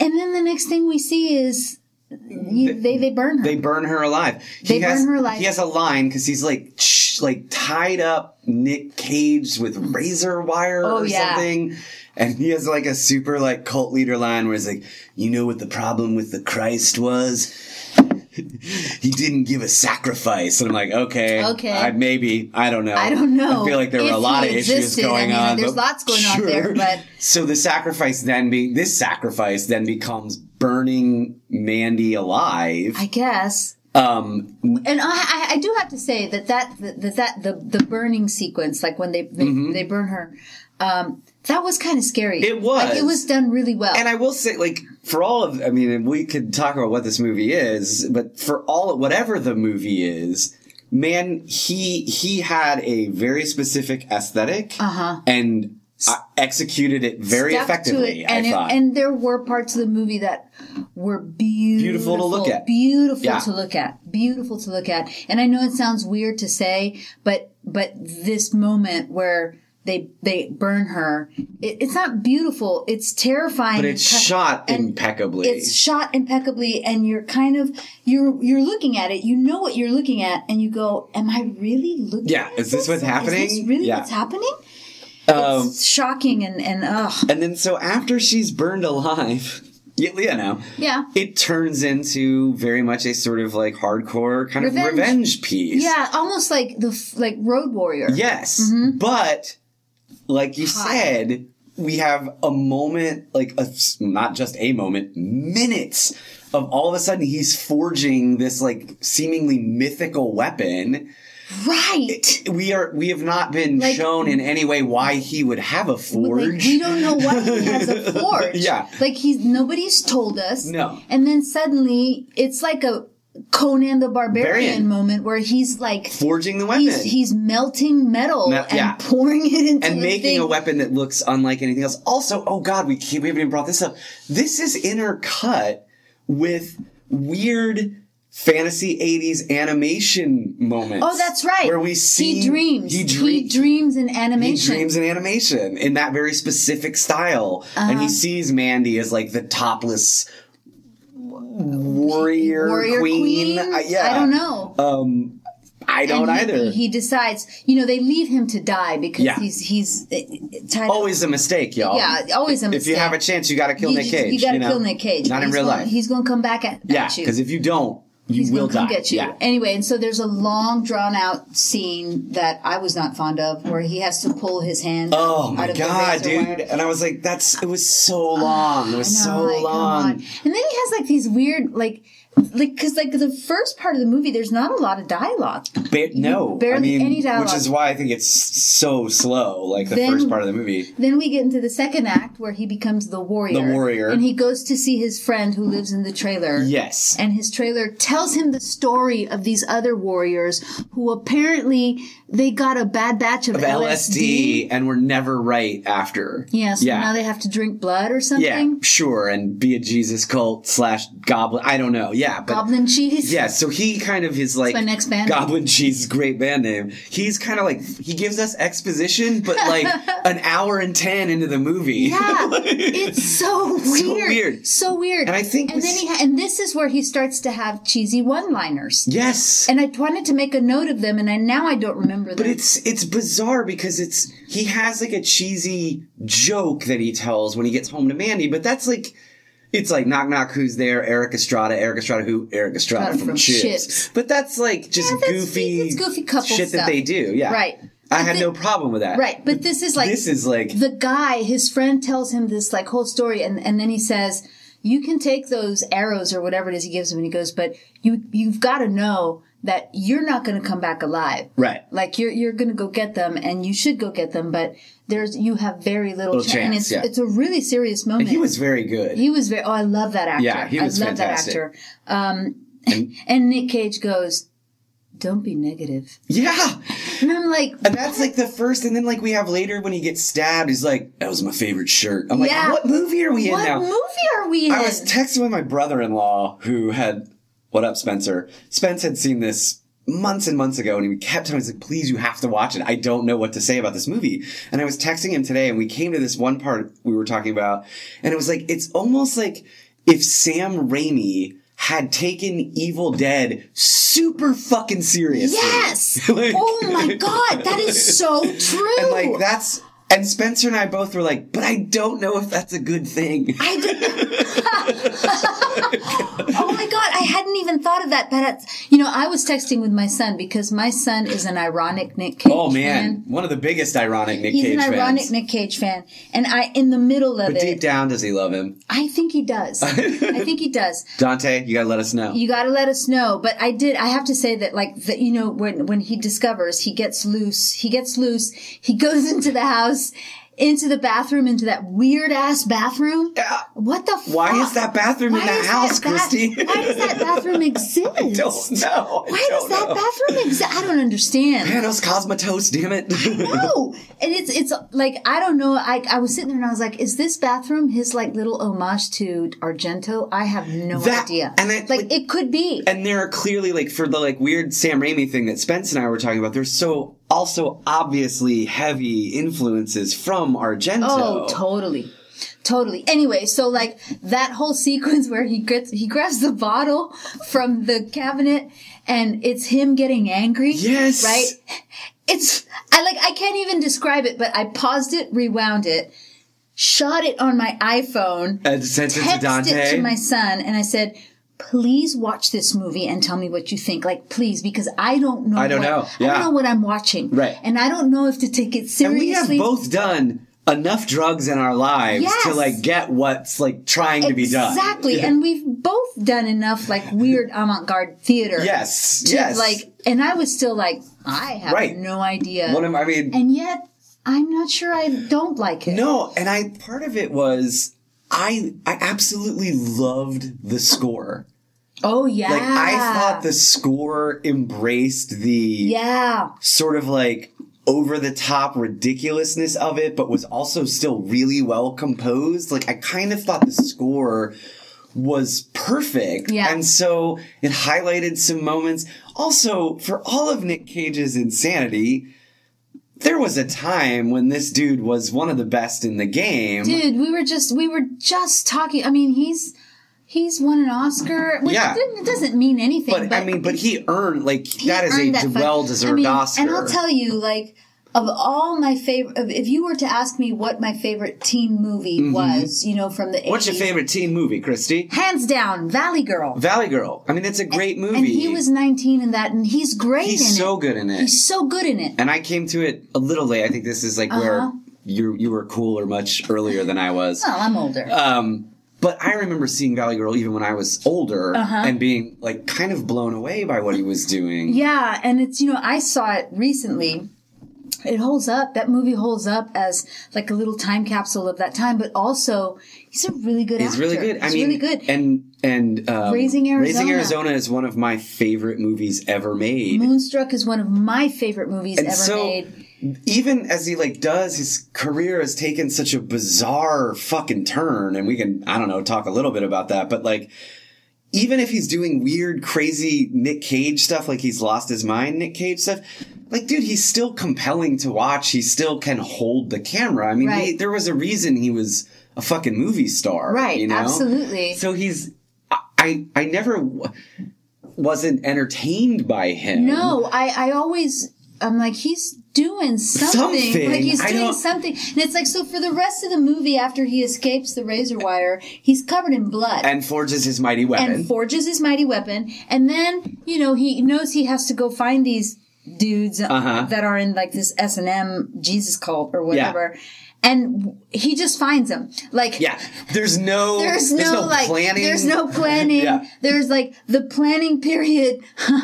S1: And then the next thing we see is you, they they burn her.
S2: (laughs) They burn her alive. He
S1: They burn
S2: has,
S1: her alive.
S2: He has a line because he's like, shh, like tied up Nick Cage with razor wire
S1: Oh,
S2: or
S1: yeah.
S2: something. And he has like a super like cult leader line where he's like, you know what the problem with the Christ was? (laughs) he didn't give a sacrifice. And I'm like, okay,
S1: Okay.
S2: I, maybe I don't know.
S1: I don't know
S2: I feel like there were
S1: if
S2: a lot
S1: he
S2: of issues
S1: existed. I
S2: going
S1: mean,
S2: on.
S1: there's
S2: but
S1: lots going on there, but-
S2: (laughs) so the sacrifice then be this sacrifice then becomes burning Mandy alive.
S1: I guess.
S2: Um,
S1: And I, I, I do have to say that that that, that the the burning sequence, like when they they, they burn her, um, that was kind of scary.
S2: Mm-hmm. It
S1: Like, it
S2: was.
S1: was done really well.
S2: and I will say, like, for all of, I mean, and we could talk about what this movie is, but for all, whatever the movie is, man, he, he had a very specific aesthetic and uh, executed it very
S1: Uh-huh. Stuck to
S2: effectively,
S1: it, and
S2: I
S1: it-
S2: thought.
S1: and there were parts of the movie that were beautiful,
S2: Beautiful to look at.
S1: beautiful
S2: Yeah.
S1: to look at, beautiful to look at. And I know it sounds weird to say, but but this moment where they they burn her, it, it's not beautiful. It's terrifying.
S2: but it's
S1: and cut-
S2: shot
S1: and
S2: impeccably.
S1: It's shot impeccably, and you're kind of you're you're looking at it. You know what you're looking at, and you go, "Am I really looking?
S2: Yeah,
S1: at
S2: is this what's happening?
S1: Is this really
S2: Yeah.
S1: what's happening?"
S2: Um,
S1: it's shocking and and ugh.
S2: and then so after she's burned alive, (laughs) you, you know,
S1: Yeah.
S2: it turns into very much a sort of like hardcore kind
S1: Revenge.
S2: of revenge piece.
S1: Yeah, almost like the f- like Road Warrior.
S2: Yes,
S1: Mm-hmm.
S2: but like you said, we have a moment, like a, not just a moment, minutes of all of a sudden he's forging this like seemingly mythical weapon.
S1: Right.
S2: We are we have not been
S1: Like-
S2: shown in any way why he would have a
S1: Like
S2: forge.
S1: we don't know why he has a
S2: (laughs)
S1: forge.
S2: Yeah.
S1: Like he's nobody's told us.
S2: No.
S1: And then suddenly it's like a Conan the Barbarian
S2: Barbarian.
S1: moment where he's like
S2: forging the weapon.
S1: he's, he's melting metal
S2: Me-
S1: and
S2: yeah.
S1: pouring it into
S2: and
S1: the
S2: making
S1: thing.
S2: a weapon that looks unlike anything else. Also, oh god, we can't, we haven't even brought this up. This is intercut with weird fantasy 80s animation moments.
S1: Oh, that's right.
S2: Where we see
S1: he dreams.
S2: He,
S1: He,
S2: dream, he,
S1: dreams in animation.
S2: dreams in animation in that very specific style. And
S1: Uh-huh.
S2: he sees Mandy as like the topless warrior,
S1: Warrior Queen.
S2: Uh, yeah.
S1: I don't know.
S2: Um I don't
S1: And he-
S2: either.
S1: He decides, you know, they leave him to die because
S2: Yeah.
S1: he's he's uh, tied up
S2: always a mistake, y'all.
S1: Yeah, always a
S2: If you
S1: mistake.
S2: have a chance, you got to kill
S1: you,
S2: Nick
S1: just-
S2: Cage.
S1: You gotta
S2: know?
S1: kill Nick Cage.
S2: Not in
S1: He's
S2: real
S1: gonna-
S2: life.
S1: He's gonna come back at,
S2: yeah,
S1: at you.
S2: because if you don't, you
S1: he's
S2: will
S1: gonna come
S2: die.
S1: get you.
S2: Yeah.
S1: Anyway, and so there's a long drawn out scene that I was not fond of, where he has to pull his hand.
S2: Oh
S1: out
S2: my
S1: of
S2: god,
S1: the razor
S2: dude!
S1: wire. Ah,
S2: And I was like, "That's it was so long. It was
S1: I know,
S2: so
S1: like, come
S2: long."
S1: on. And then he has like these weird, like, like because like the first part of the movie, there's not a lot of dialogue.
S2: Ba- no,
S1: barely
S2: I mean,
S1: any dialogue.
S2: which is why I think it's so slow. Like the
S1: Then-
S2: first part of the movie.
S1: Then we get into the second act where he becomes the warrior.
S2: The warrior.
S1: and he goes to see his friend who lives in the trailer.
S2: Yes.
S1: and his trailer tells him the story of these other warriors who apparently they got a bad batch of,
S2: Of
S1: LSD.
S2: LSD, and we're never right after.
S1: Yeah, so
S2: yeah.
S1: now they have to drink blood or
S2: yeah,
S1: something.
S2: sure, and be a Jesus cult slash goblin. I don't know. Yeah, but
S1: Goblin cheese.
S2: Yeah, so he kind of is like
S1: my next band name.
S2: Goblin Cheese, great band name. He's kind of like he gives us exposition,
S1: (laughs)
S2: but like an hour and ten into the movie. (laughs)
S1: Yeah,
S2: Like-
S1: it's so weird.
S2: So weird.
S1: So weird.
S2: And I think
S1: and
S2: we
S1: then
S2: s-
S1: he ha- and this is where he starts to have cheesy one-liners.
S2: yes,
S1: And I wanted to make a note of them, and I, now I don't remember them.
S2: but it's it's bizarre because it's he has like a cheesy joke that he tells when he gets home to Mandy, but that's like it's like knock knock who's there Eric Estrada Eric Estrada who Eric Estrada
S1: Estrada
S2: from,
S1: from
S2: Chips.
S1: Chips.
S2: but that's like just
S1: Yeah, that's-
S2: goofy
S1: it's goofy couple
S2: shit that
S1: stuff.
S2: they do yeah
S1: Right.
S2: I
S1: But
S2: had
S1: the-
S2: no problem with
S1: (laughs)
S2: that
S1: Right, but this is like
S2: this is like
S1: the guy, his friend tells him this like whole story, and, and then he says, "You can take those arrows or whatever it is he gives him." And he goes, "But you you've got to know that you're not going to come back alive.
S2: right
S1: Like you're you're going to go get them, and you should go get them. But there's you have very little,
S2: Little
S1: And
S2: chance,
S1: it's
S2: yeah.
S1: it's a really serious moment.
S2: he was very good
S1: He was very. Oh, I love that actor.
S2: Yeah, he was
S1: I love
S2: fantastic.
S1: that actor. Um, (laughs) and, Nick Cage goes, "Don't be negative,"
S2: yeah
S1: and I'm like,
S2: and that's like the first and then like we have later when he gets stabbed he's like that was my favorite shirt I'm like
S1: Yeah.
S2: what movie are we in
S1: "What
S2: now
S1: movie are we in?"
S2: I was texting with my brother-in-law who had what up, Spencer. Spence had seen this months and months ago, and he kept telling me, he's like, please, you have to watch it. I don't know what to say about this movie. And I was texting him today, and we came to this one part we were talking about, and it was like, it's almost like if Sam Raimi had taken Evil Dead super fucking seriously.
S1: Yes.
S2: (laughs) Like-
S1: oh my god, that is so true.
S2: (laughs) And like that's and Spencer and I both were like, but I don't know if that's a good thing.
S1: I did- (laughs) oh my god, I hadn't even thought of that. But it's- you know, I was texting with my son because my son is an ironic Nick Cage.
S2: Oh man,
S1: fan.
S2: one of the biggest ironic Nick
S1: He's
S2: Cage
S1: an
S2: fans.
S1: ironic Nick Cage fan, and I, in the middle of
S2: But
S1: it,
S2: deep down, does he love him?
S1: I think he
S2: (laughs)
S1: does. I think he does.
S2: Dante, you gotta let us know.
S1: You got to let us know. But I did. I have to say that, like, that you know, when when he discovers, he gets loose. He gets loose. He goes (laughs) into the house, into the bathroom, into that weird ass bathroom.
S2: Yeah.
S1: What the?
S2: Why
S1: fuck?
S2: is that bathroom in
S1: Why
S2: that
S1: is
S2: house,
S1: that bath-
S2: Christy? (laughs)
S1: Why does that bathroom exist?
S2: don't know. I
S1: Why does
S2: don't
S1: that
S2: know.
S1: bathroom exist? I don't understand.
S2: Thanos Cosmatos, damn it. (laughs)
S1: No, and it's it's like I don't know. I I was sitting there and I was like, is this bathroom his like little homage to Argento? I have no
S2: That-
S1: idea.
S2: and it-
S1: like it could be.
S2: and there are clearly like for the like weird Sam Raimi thing that Spence and I were talking about, there's so also obviously heavy influences from Argento.
S1: Oh, totally. Totally. Anyway, so like that whole sequence (laughs) where he gets he grabs the bottle from the cabinet and it's him getting angry.
S2: Yes.
S1: Right? It's I like I can't even describe it, but I paused it, rewound it, shot it on my iPhone,
S2: And sent it to
S1: texted
S2: Dante.
S1: it to my son, and I said Please watch this movie and tell me what you think. Like, please, because I don't know.
S2: I don't
S1: what,
S2: know.
S1: I
S2: Yeah.
S1: don't know what I'm watching.
S2: Right.
S1: And I don't know if to take it
S2: And
S1: seriously.
S2: we have both done enough drugs in our lives to
S1: Yes.
S2: like get what's like trying to be done.
S1: Exactly. And we've both done enough like weird avant garde theater.
S2: Yes.
S1: To,
S2: yes.
S1: Like and I was still like, I have
S2: Right.
S1: no idea.
S2: one of I mean
S1: and yet I'm not sure I don't like it.
S2: No, and I part of it was I I absolutely loved the score.
S1: Oh yeah.
S2: Like I thought the score embraced the
S1: Yeah.
S2: sort of like over the top ridiculousness of it, but was also still really well composed. Like I kind of thought the score was perfect.
S1: Yeah.
S2: And so it highlighted some moments. Also, for all of Nick Cage's insanity, there was a time when this dude was one of the best in the game.
S1: Dude, we were just we were just talking I mean he's he's won an Oscar. Which
S2: Yeah.
S1: didn't- doesn't mean anything.
S2: But, I mean, but he earned like
S1: he
S2: that is a
S1: earned that fight.
S2: well deserved
S1: I mean,
S2: Oscar.
S1: And I'll tell you, like, of all my favorite, if you were to ask me what my favorite teen movie was, you know, from the 80s,
S2: Mm-hmm. What's your favorite teen movie, Christy?
S1: Hands down, Valley Girl.
S2: Valley Girl. I mean, it's a great movie.
S1: And he was 19 in that, and he's great in
S2: He's so
S1: it.
S2: good in it.
S1: He's so good in it.
S2: and I came to it a little late. I think this is like where
S1: Uh-huh.
S2: you you were cool or much earlier than I was.
S1: Well, I'm older.
S2: Um, but I remember seeing Valley Girl even when I was older
S1: Uh-huh.
S2: and being like kind of blown away by what he was doing.
S1: yeah, and it's, you know, I saw it recently. It holds up. That movie holds up as like a little time capsule of that time, but also he's a really good
S2: He's
S1: actor.
S2: really good. I
S1: he's
S2: mean,
S1: really good.
S2: And and um,
S1: Raising Arizona.
S2: Arizona is one of my favorite movies ever made.
S1: Moonstruck is one of my favorite movies
S2: And
S1: ever
S2: so-
S1: made.
S2: even as he like does his career has taken such a bizarre fucking turn and we can i don't know talk a little bit about that but like even if he's doing weird crazy nick cage stuff like he's lost his mind nick cage stuff like dude he's still compelling to watch he still can hold the camera i mean he-
S1: Right.
S2: there was a reason he was a fucking movie star
S1: Right,
S2: you know
S1: absolutely.
S2: so he's i i, I never w- wasn't entertained by him
S1: No, I, I always I'm like he's doing something.
S2: Something.
S1: Like he's
S2: I
S1: doing
S2: don't-
S1: something. And it's like, so for the rest of the movie, after he escapes the razor wire, he's covered in blood.
S2: and forges his mighty weapon.
S1: and forges his mighty weapon. And then you know he knows he has to go find these dudes
S2: Uh-huh.
S1: that are in like this S and M Jesus cult or whatever. And he just finds them. Like
S2: yeah, there's no
S1: There's no, like
S2: planning.
S1: there's
S2: (laughs)
S1: no planning.
S2: Yeah.
S1: There's like the planning period. (laughs)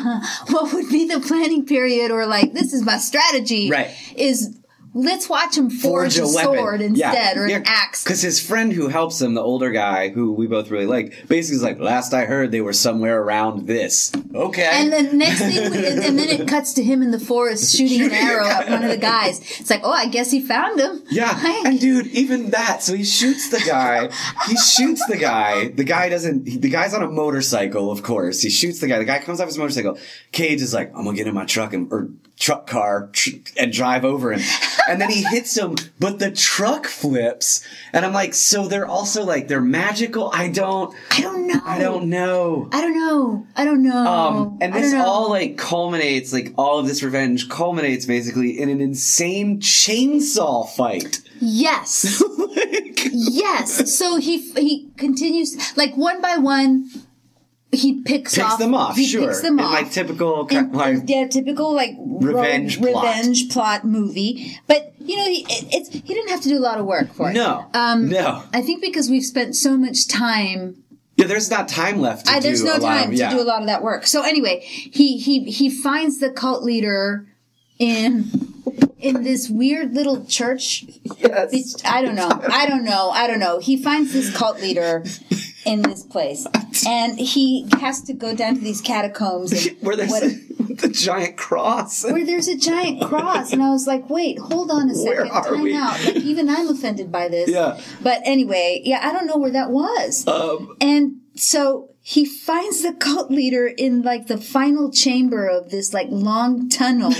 S1: what would be the planning period or like this is my strategy
S2: Right.
S1: is let's watch him forge,
S2: forge
S1: a,
S2: a weapon
S1: sword instead or an axe.
S2: Because his friend who helps him, the older guy who we both really like, basically is like, last I heard, they were somewhere around this. Okay.
S1: And then next thing, we, and then
S2: (laughs)
S1: it cuts to him in the forest shooting an
S2: Shooting a
S1: arrow at
S2: guy.
S1: one of the guys. It's like, oh, I guess he found him.
S2: yeah,
S1: (laughs) Like,
S2: and dude, even that. So he shoots the guy. He shoots the guy. The guy doesn't. he- The guy's on a motorcycle, of course. He shoots the guy. The guy comes off his motorcycle. Cage is like, "I'm gonna get in my truck and or truck car tr- and drive over him." And then he hits him, but the truck flips. And I'm like, so they're also like they're magical. I don't.
S1: I don't know.
S2: I don't know.
S1: I don't know. I don't know.
S2: Um, and
S1: I don't
S2: this
S1: know.
S2: all like culminates, like all of this revenge culminates basically in an insane chainsaw fight. (laughs)
S1: Yes. yes. So he he continues like one by one. He picks,
S2: Picks
S1: off,
S2: them off,
S1: He
S2: sure.
S1: picks them
S2: in
S1: off.
S2: like typical ki-
S1: in,
S2: like
S1: yeah, typical like ro-
S2: Revenge plot.
S1: revenge plot movie. But you know, he, it, it's he didn't have to do a lot of work for it.
S2: no,
S1: um,
S2: no,
S1: I think because we've spent so much time,
S2: yeah. There's not time left. To
S1: I, Uh, there's
S2: do
S1: no
S2: a lot of-
S1: time
S2: yeah.
S1: to do a lot of that work. So anyway, he he he finds the cult leader in in this weird little church.
S2: Yes.
S1: I don't know. I don't know. I don't know. He finds this cult leader in this
S2: (laughs)
S1: place, and he has to go down to these catacombs and
S2: Where there's
S1: what-
S2: (laughs) the giant cross.
S1: where there's a giant cross, and I was like, "Wait, hold on a
S2: Where
S1: second,
S2: are
S1: time
S2: we?
S1: out." Like even I'm offended by this.
S2: Yeah.
S1: But anyway, yeah, I don't know where that was.
S2: Um,
S1: And so he finds the cult leader in like the final chamber of this like long
S2: (laughs)
S1: tunnel.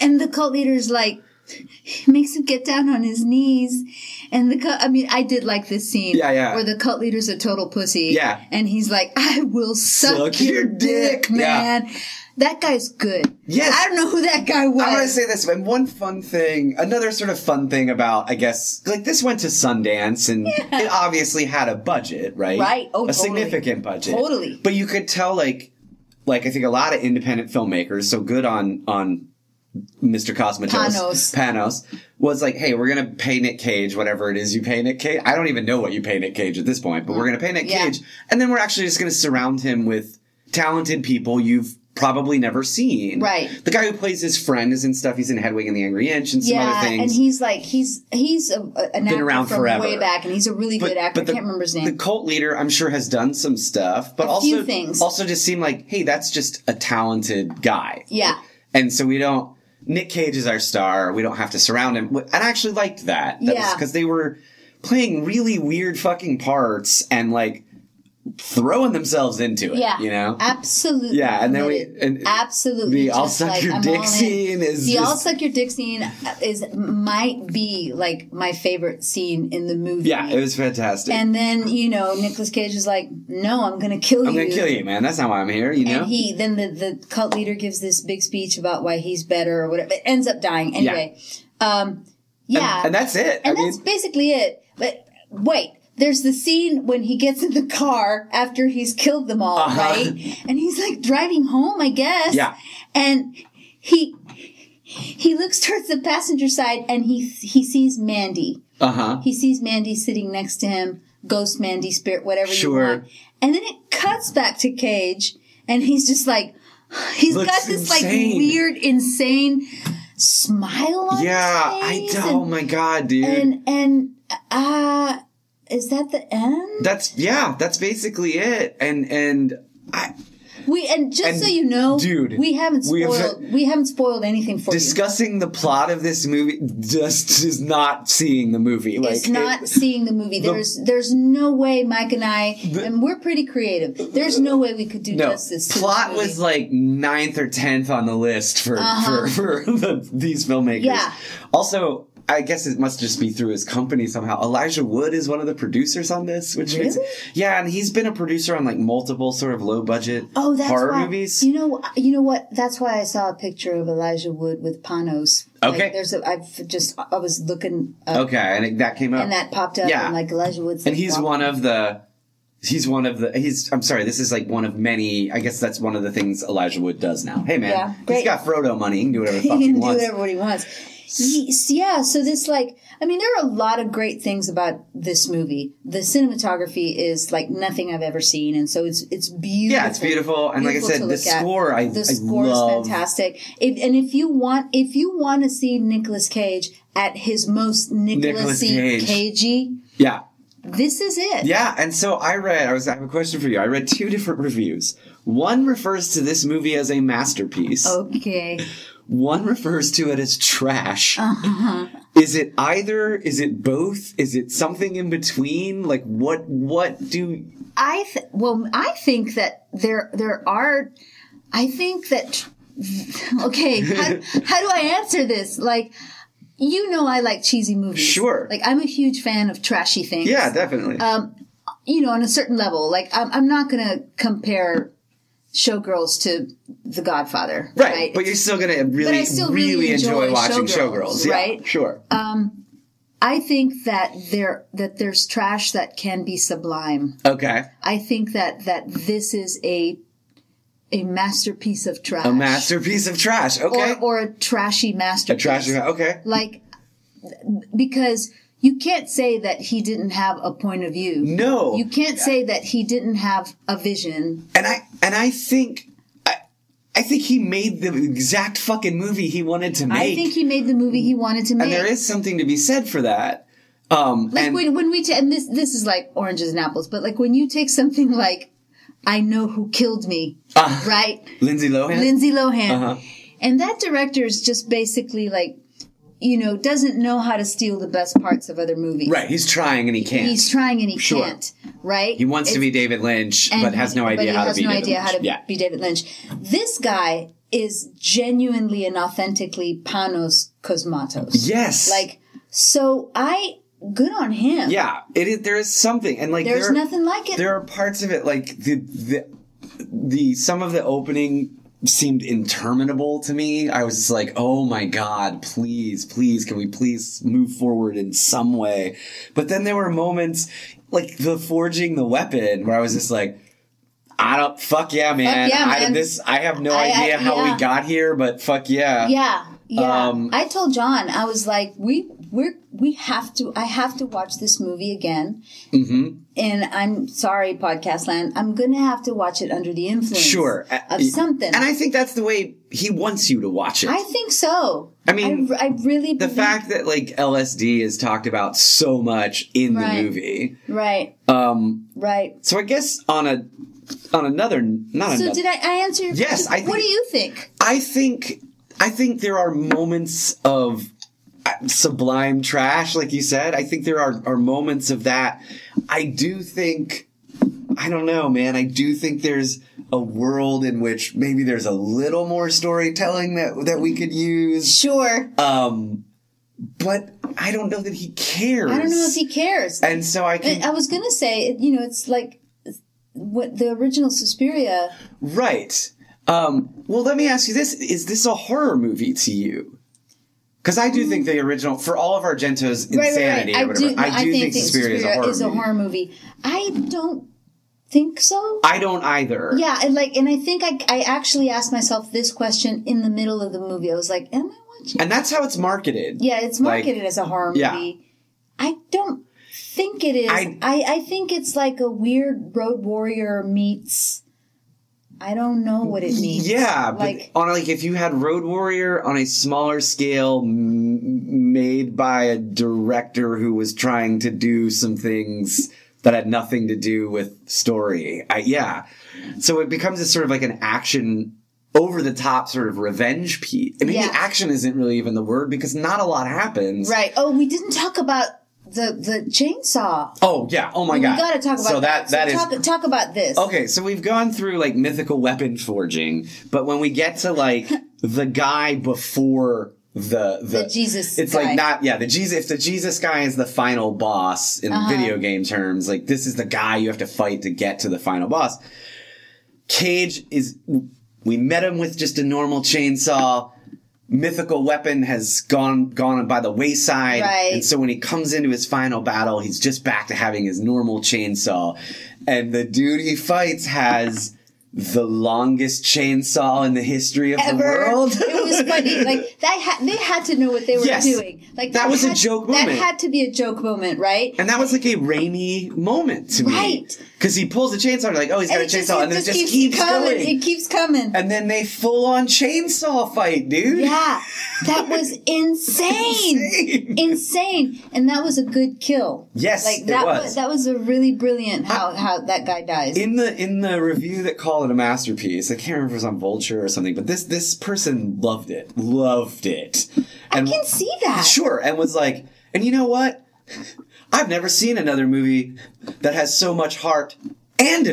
S1: and the cult leader's like, (laughs) makes him get down on his knees. And the cult, I mean, I did like this scene.
S2: Yeah, yeah.
S1: Where the cult leader's a total pussy.
S2: Yeah.
S1: And he's like, I will suck,
S2: Suck
S1: your
S2: your
S1: dick,
S2: dick." Yeah.
S1: man. That guy's good.
S2: Yes.
S1: I don't know who that guy was.
S2: I want to say this, and one fun thing, another sort of fun thing about, I guess, like this went to Sundance, and it obviously had a budget, right?
S1: Right. Oh,
S2: a
S1: totally.
S2: significant budget,
S1: Totally.
S2: But you could tell, like, like I think a lot of independent filmmakers. So good on on Mr. Cosmatos
S1: Panos.
S2: Panos was like, hey, we're gonna pay Nick Cage whatever it is you pay Nick Cage. I don't even know what you pay Nick Cage at this point, but we're gonna pay Nick
S1: Yeah.
S2: Cage, and then we're actually just gonna surround him with talented people you've probably never seen.
S1: Right.
S2: The guy who plays his friend is in stuff. He's in Hedwig and the Angry Inch and some
S1: yeah,
S2: other things.
S1: and he's like he's he's a, a- an actor
S2: around
S1: from
S2: forever.
S1: way back, and he's a really good actor. I can't remember his name.
S2: The cult leader, I'm sure, has done some stuff, but also
S1: few things.
S2: also just seemed like, hey, that's just a talented guy.
S1: yeah,
S2: And so we don't. Nick Cage is our star. We don't have to surround him. And I actually liked that.
S1: Yeah.
S2: Because they were playing really weird fucking parts and like throwing themselves into it.
S1: Yeah.
S2: You know.
S1: Absolutely.
S2: Yeah, and then we-
S1: committed.
S2: and
S1: absolutely.
S2: the I'll
S1: just
S2: suck your
S1: I'm
S2: dick
S1: all in.
S2: scene is
S1: the I'll
S2: just-
S1: suck your dick scene is might be like my favorite scene in the movie.
S2: yeah, it was fantastic.
S1: and then you know Nicolas Cage is like, "No, I'm gonna kill
S2: I'm
S1: you."
S2: gonna kill you, man. That's not why I'm here. You know.
S1: And he then the the cult leader gives this big speech about why he's better or whatever. It ends up dying anyway. Um, yeah,
S2: and that's it.
S1: and
S2: I mean,
S1: that's basically it. But wait, there's the scene when he gets in the car after he's killed them all, right?
S2: Uh-huh.
S1: And he's like driving home, I guess.
S2: Yeah.
S1: And he he looks towards the passenger side and he he sees Mandy.
S2: uh huh.
S1: He sees Mandy sitting next to him, ghost Mandy, spirit, whatever
S2: Sure.
S1: you want. And then it cuts back to Cage, and he's just like, (sighs) he's
S2: Looks
S1: got this like
S2: insane.
S1: weird, insane smile on
S2: Yeah, I
S1: his face.
S2: don't.
S1: and-
S2: Oh my god, dude.
S1: and and uh is that the end
S2: that's yeah. That's basically it. And and I,
S1: we and just
S2: And,
S1: so you know
S2: dude,
S1: we haven't
S2: we have-
S1: spoiled we haven't spoiled anything for
S2: discussing the plot of this movie just is not seeing the movie.
S1: you
S2: Like
S1: it's not
S2: it-
S1: seeing the movie there's there's no way mike and i and we're pretty creative there's no way we could do
S2: no,
S1: justice to
S2: plot
S1: this movie. Uh-huh.
S2: was like ninth or tenth on the list for for, (laughs) for the, these filmmakers.
S1: Yeah.
S2: Also, I guess it must just be through his company somehow. Elijah Wood is one of the producers on this, which makes
S1: Really?
S2: yeah, and he's been a producer on like multiple sort of low budget
S1: Oh, that's
S2: horror
S1: why.
S2: movies.
S1: You know, you know what? That's why I saw a picture of Elijah Wood with Panos Like,
S2: Okay.
S1: there's a, I've just, I was looking up
S2: Okay, and it, that came up.
S1: and that popped up
S2: Yeah.
S1: and like Elijah Woods.
S2: and he's one of the he's one of the he's i'm sorry this is like one of many i guess that's one of the things elijah wood does now hey man
S1: Yeah,
S2: he's
S1: great.
S2: got frodo money he can do whatever
S1: (laughs)
S2: the
S1: He
S2: fuck he,
S1: can do
S2: wants
S1: whatever he wants. Yes, yeah, so this like I mean there are a lot of great things about this movie. The cinematography is like nothing I've ever seen and so it's it's beautiful.
S2: yeah it's beautiful and like i
S1: Beautiful
S2: said
S1: to
S2: the
S1: look at.
S2: score i,
S1: the
S2: I
S1: score
S2: love
S1: is fantastic. If, and if you want, if you want to see Nicolas Cage at his most Nicolas
S2: Cage.
S1: Cagey,
S2: yeah
S1: this is it.
S2: yeah and so i read i was i have a question for you i read two different reviews one refers to this movie as a masterpiece
S1: Oh. Okay.
S2: one refers to it
S1: (laughs)
S2: as trash
S1: Uh-huh.
S2: is it either is it both is it something in between like what what do
S1: I th- well, I think that there there are. I think that (laughs) okay. How,
S2: (laughs)
S1: how do I answer this? Like, you know, I like cheesy movies.
S2: Sure.
S1: Like, I'm a huge fan of trashy things.
S2: yeah definitely
S1: You know, on a certain level. Like, I'm, I'm not gonna compare Showgirls to The Godfather.
S2: Right, but you're still gonna really,
S1: I still
S2: really,
S1: really
S2: enjoy,
S1: enjoy
S2: watching Showgirls,
S1: Showgirls,
S2: yeah,
S1: right? Uh,
S2: Sure.
S1: I think that there that there's trash that can be sublime.
S2: okay,
S1: I think that that this is a a masterpiece of trash.
S2: a masterpiece of trash. Okay,
S1: uh, or, or a trashy
S2: a
S1: masterpiece.
S2: trash. Okay,
S1: Like, because you can't say that he didn't have a point of view.
S2: no,
S1: You can't say that he didn't have a vision.
S2: and I and I think. I I think he made the exact fucking movie he wanted to make.
S1: I think he made the movie he wanted to make.
S2: and there is something to be said for that. Um,
S1: like
S2: and
S1: when, when we ta- and this this is like oranges and apples, but like when you take something like I know who killed me,
S2: Ah.
S1: right?
S2: Lindsay Lohan.
S1: Lindsay Lohan,
S2: Uh-huh.
S1: and that director is just basically like, you know, doesn't know how to steal the best parts of other movies.
S2: right, he's trying and he can't.
S1: He's trying and he
S2: Sure.
S1: can't, right?
S2: he wants to be David Lynch, but has no idea how to be
S1: no
S2: David
S1: idea
S2: Lynch.
S1: how to
S2: yeah.
S1: be David Lynch. This guy is genuinely and authentically Panos Cosmatos.
S2: Yes.
S1: Like, so I, good on him.
S2: Yeah. It is. There is something, and like
S1: There's
S2: there-
S1: nothing like it.
S2: there are parts of it like the the the some of the opening seemed interminable to me. I was just like, "Oh my god, please, please, can we please move forward in some way?" But then there were moments like the forging the weapon where I was just like, "I don't fuck yeah, man.
S1: yeah,
S2: I
S1: man.
S2: this I have no
S1: I- I-
S2: idea how
S1: yeah.
S2: we got here, but fuck yeah."
S1: yeah. Yeah.
S2: Um,
S1: I told John, I was like, we, we're, we have to, I have to watch this movie again. Mm-hmm. And I'm sorry, podcast land. I'm going to have to watch it under the influence
S2: Sure. Uh,
S1: of something.
S2: And I think that's the way he wants you to watch it.
S1: I think so.
S2: I mean,
S1: I, I really
S2: the
S1: believe-
S2: fact that like LSD is talked about so much in the
S1: Right.
S2: movie.
S1: right,
S2: Um,
S1: right.
S2: so I guess on a on another not
S1: So
S2: another.
S1: did I, I answer? your
S2: Yes,
S1: question?
S2: I
S1: what do
S2: think-
S1: you think?
S2: I think I think there are moments of uh, sublime trash, like you said. I think there are are moments of that. I do think. I don't know, man. I do think there's a world in which maybe there's a little more storytelling that that we could use.
S1: Sure.
S2: Um, but I don't know that he cares.
S1: I don't know if he cares.
S2: And so I can
S1: I, I was gonna say, you know, it's like what the original Suspiria.
S2: Right. Um, well, let me ask you this: Is this a horror movie to you? Because I do think the original, for all of Argento's insanity
S1: I
S2: or whatever,
S1: do.
S2: I do think,
S1: that
S2: Suspiria, is a horror movie.
S1: movie. I don't think so.
S2: I don't either.
S1: yeah, and like, and I think I, I actually asked myself this question in the middle of the movie. I was like, am I watching?
S2: And that's how it's marketed.
S1: Yeah, it's
S2: Like-
S1: marketed as a horror
S2: Yeah.
S1: movie. I don't think it is.
S2: I-
S1: I, I think it's like a weird road warrior meets. I don't know what it means.
S2: Yeah, but
S1: Like-
S2: on like if you had Road Warrior on a smaller scale, m- made by a director who was trying to do some things that had nothing to do with story, I, yeah. So it becomes a sort of like an action over the top sort of revenge piece. And maybe
S1: Yeah.
S2: action isn't really even the word because not a lot happens.
S1: Right. Oh, we didn't talk about the the chainsaw.
S2: Oh yeah. Oh my god.
S1: We got to talk about
S2: so
S1: that.
S2: that
S1: so talk,
S2: is
S1: talk about this.
S2: Okay, so we've gone through like mythical weapon forging, but when we get to like
S1: (laughs)
S2: the guy before the the,
S1: The Jesus
S2: it's
S1: guy.
S2: like not yeah the Jesus. If the Jesus guy is the final boss in
S1: Uh-huh.
S2: video game terms, like this is the guy you have to fight to get to the final boss. Cage is we met him with just a normal chainsaw. mythical weapon has gone gone by the wayside.
S1: Right.
S2: And so when he comes into his final battle, he's just back to having his normal chainsaw. And the dude he fights has the longest chainsaw in the history of the
S1: Ever.
S2: world.
S1: it was
S2: (laughs)
S1: funny. Like that, ha- they had to know what they were
S2: Yes.
S1: doing. Like
S2: That was a
S1: had-
S2: joke
S1: That
S2: moment.
S1: had to be a joke moment, right?
S2: And that was like a rainy moment to me.
S1: Right.
S2: Because he pulls the chainsaw, and like, oh, he's got
S1: And
S2: a
S1: it just-
S2: chainsaw,
S1: it
S2: and then it just keeps,
S1: coming.
S2: going.
S1: It keeps coming.
S2: and then they full on chainsaw fight, dude.
S1: Yeah,
S2: (laughs)
S1: that was insane.
S2: Insane.
S1: insane, and that was a good kill.
S2: Yes,
S1: like
S2: it
S1: that
S2: was.
S1: that was a really brilliant how how that guy dies.
S2: In the in the review that called it a masterpiece, I can't remember if it was on Vulture or something, but this this person loved it, loved it, and
S1: I can see that.
S2: sure, and was like, and you know what? I've never seen another movie that has so much heart and a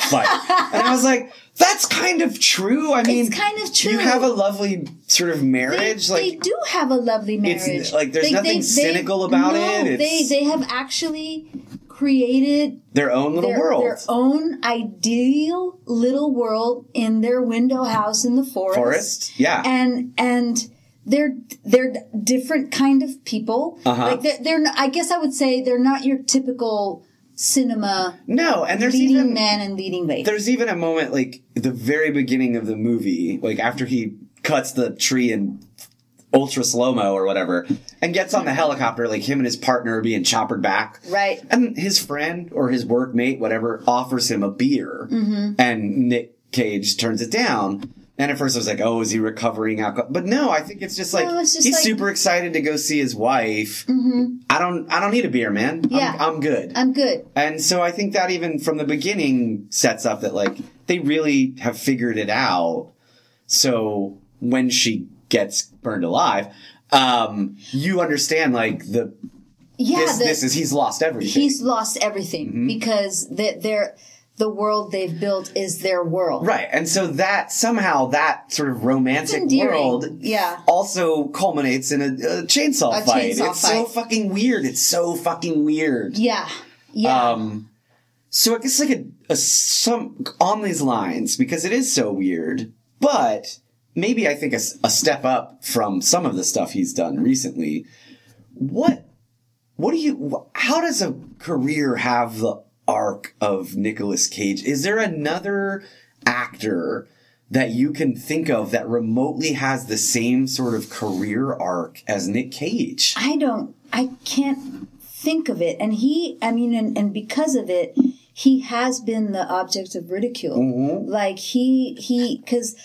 S1: (laughs)
S2: fight, and I was like, that's kind of true. I mean,
S1: It's kind of true.
S2: You have a lovely sort of
S1: they,
S2: marriage, like
S1: they do have a lovely marriage.
S2: It's- like, there's nothing cynical about
S1: no,
S2: it.
S1: They
S2: It's-
S1: they have actually created
S2: their own little
S1: their,
S2: world.
S1: their own ideal little world in their window house in the forest.
S2: Forest? Yeah.
S1: And and they're they're different kind of people.
S2: Uh-huh.
S1: Like they're, they're not- I guess I would say they're not your typical cinema
S2: no, and there's
S1: leading
S2: even
S1: man and leading lady.
S2: there's even a moment like at the very beginning of the movie, like after he cuts the tree in ultra slow mo or whatever, and gets on the helicopter, like him and his partner are being choppered back.
S1: Mm-hmm. Right.
S2: And his friend or his workmate, whatever, offers him a beer,
S1: Mm-hmm.
S2: and Nick Cage turns it down. And at first I was like, "Oh, is he recovering alcohol?" But no, I think it's just like
S1: No, it's just
S2: he's
S1: like- Mm-hmm.
S2: super excited to go see his wife. I don't, I don't need a beer, man. I'm-
S1: Yeah.
S2: I'm good.
S1: I'm good.
S2: And so I think that even from the beginning sets up that like they really have figured it out. So when she gets burned alive, um, you understand like the
S1: Yeah,
S2: this
S1: the-
S2: this is Mm-hmm. he's lost everything.
S1: he's lost everything because the, their the world they've built is their world.
S2: right. And so that somehow that sort of romantic
S1: endearing.
S2: world
S1: Yeah.
S2: also culminates in a, a chainsaw
S1: A
S2: fight.
S1: chainsaw
S2: it's so
S1: fight.
S2: fucking weird. It's so fucking weird.
S1: Yeah. Yeah.
S2: Um, so I guess like a, a some on these lines because it is so weird, but maybe I think a, s- a step up from some of the stuff he's done recently. What what do you? wh- How does a career have the arc of Nicolas Cage? Is there another actor? That you can think of that remotely has the same sort of career arc as Nick Cage.
S1: I don't, I can't think of it. And he, I mean, and, and because of it, he has been the object of ridicule. Like he, he, because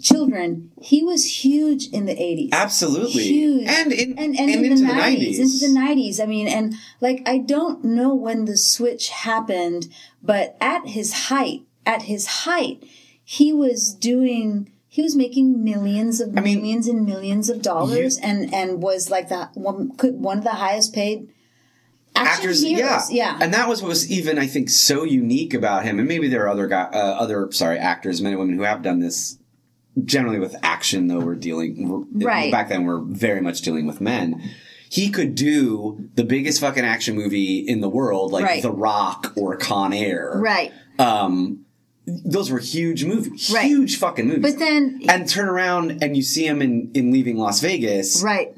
S1: children, he was huge in the 80s.
S2: Absolutely,
S1: Huge.
S2: and in
S1: and, and, in
S2: into
S1: the nineties, into the nineties. I mean, and like I don't know when the switch happened, but at his height, at his height, he was doing. He was making millions of
S2: mean,
S1: millions and millions of dollars, and and was like the one could one of the highest paid action
S2: actors,
S1: heroes.
S2: yeah, and that was what was even I think so unique about him. And maybe there are other guy, uh, other sorry actors, men and women who have done this. Generally, with action though, we're dealing we're-
S1: Right.
S2: back then. We're very much dealing with men. He could do the biggest fucking action movie in the world, like
S1: Right.
S2: The Rock or Con Air.
S1: right.
S2: Um, those were huge movies,
S1: Right.
S2: huge fucking movies.
S1: But then,
S2: and turn around and you see him in in Leaving Las Vegas,
S1: right.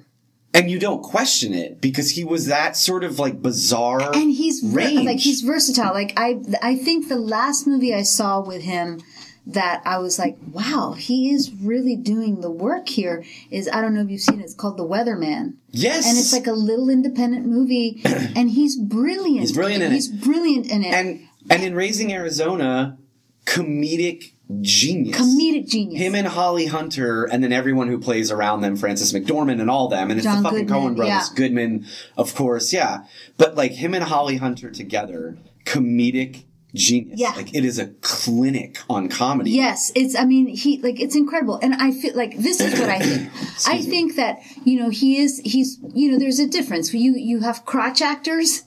S2: and you don't question it because he was that sort of like bizarre
S1: and he's ver-
S2: range.
S1: like he's versatile. Like I, I think the last movie I saw with him that I was like, wow, he is really doing the work here. Is I don't know if you've seen it. It's called The Weatherman,
S2: yes,
S1: and it's like a little independent
S2: (clears throat)
S1: movie, and he's brilliant. He's
S2: brilliant in it.
S1: he's brilliant in it.
S2: and and in Raising Arizona, comedic genius.
S1: comedic genius.
S2: him and Holly Hunter, and then everyone who plays around them, Francis McDormand and all them, and it's
S1: John
S2: the fucking
S1: Goodman,
S2: Cohen brothers,
S1: yeah.
S2: Goodman, of course, yeah. But like him and Holly Hunter together, comedic genius.
S1: Yeah.
S2: Like it is a clinic on comedy.
S1: Yes, it's. I mean, he like it's incredible, and I feel like this is what I
S2: (coughs)
S1: think. I think that you know he is. He's you know there's a difference. You you have crotch actors,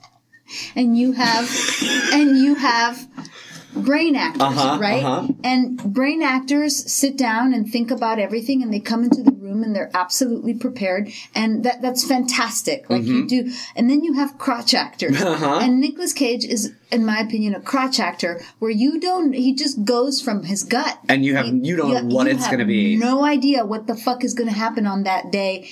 S1: and you have and you have brain actors,
S2: Uh-huh,
S1: right?
S2: uh-huh.
S1: And brain actors sit down and think about everything, and they come into the room room and they're absolutely prepared and that that's fantastic like
S2: Mm-hmm.
S1: you do and then you have crotch actors
S2: Uh-huh.
S1: and Nicolas Cage is in my opinion a crotch actor where you don't he just goes from his gut
S2: And you have- you don't know what
S1: you
S2: it's
S1: have
S2: gonna be.
S1: no idea what the fuck is going to happen on that day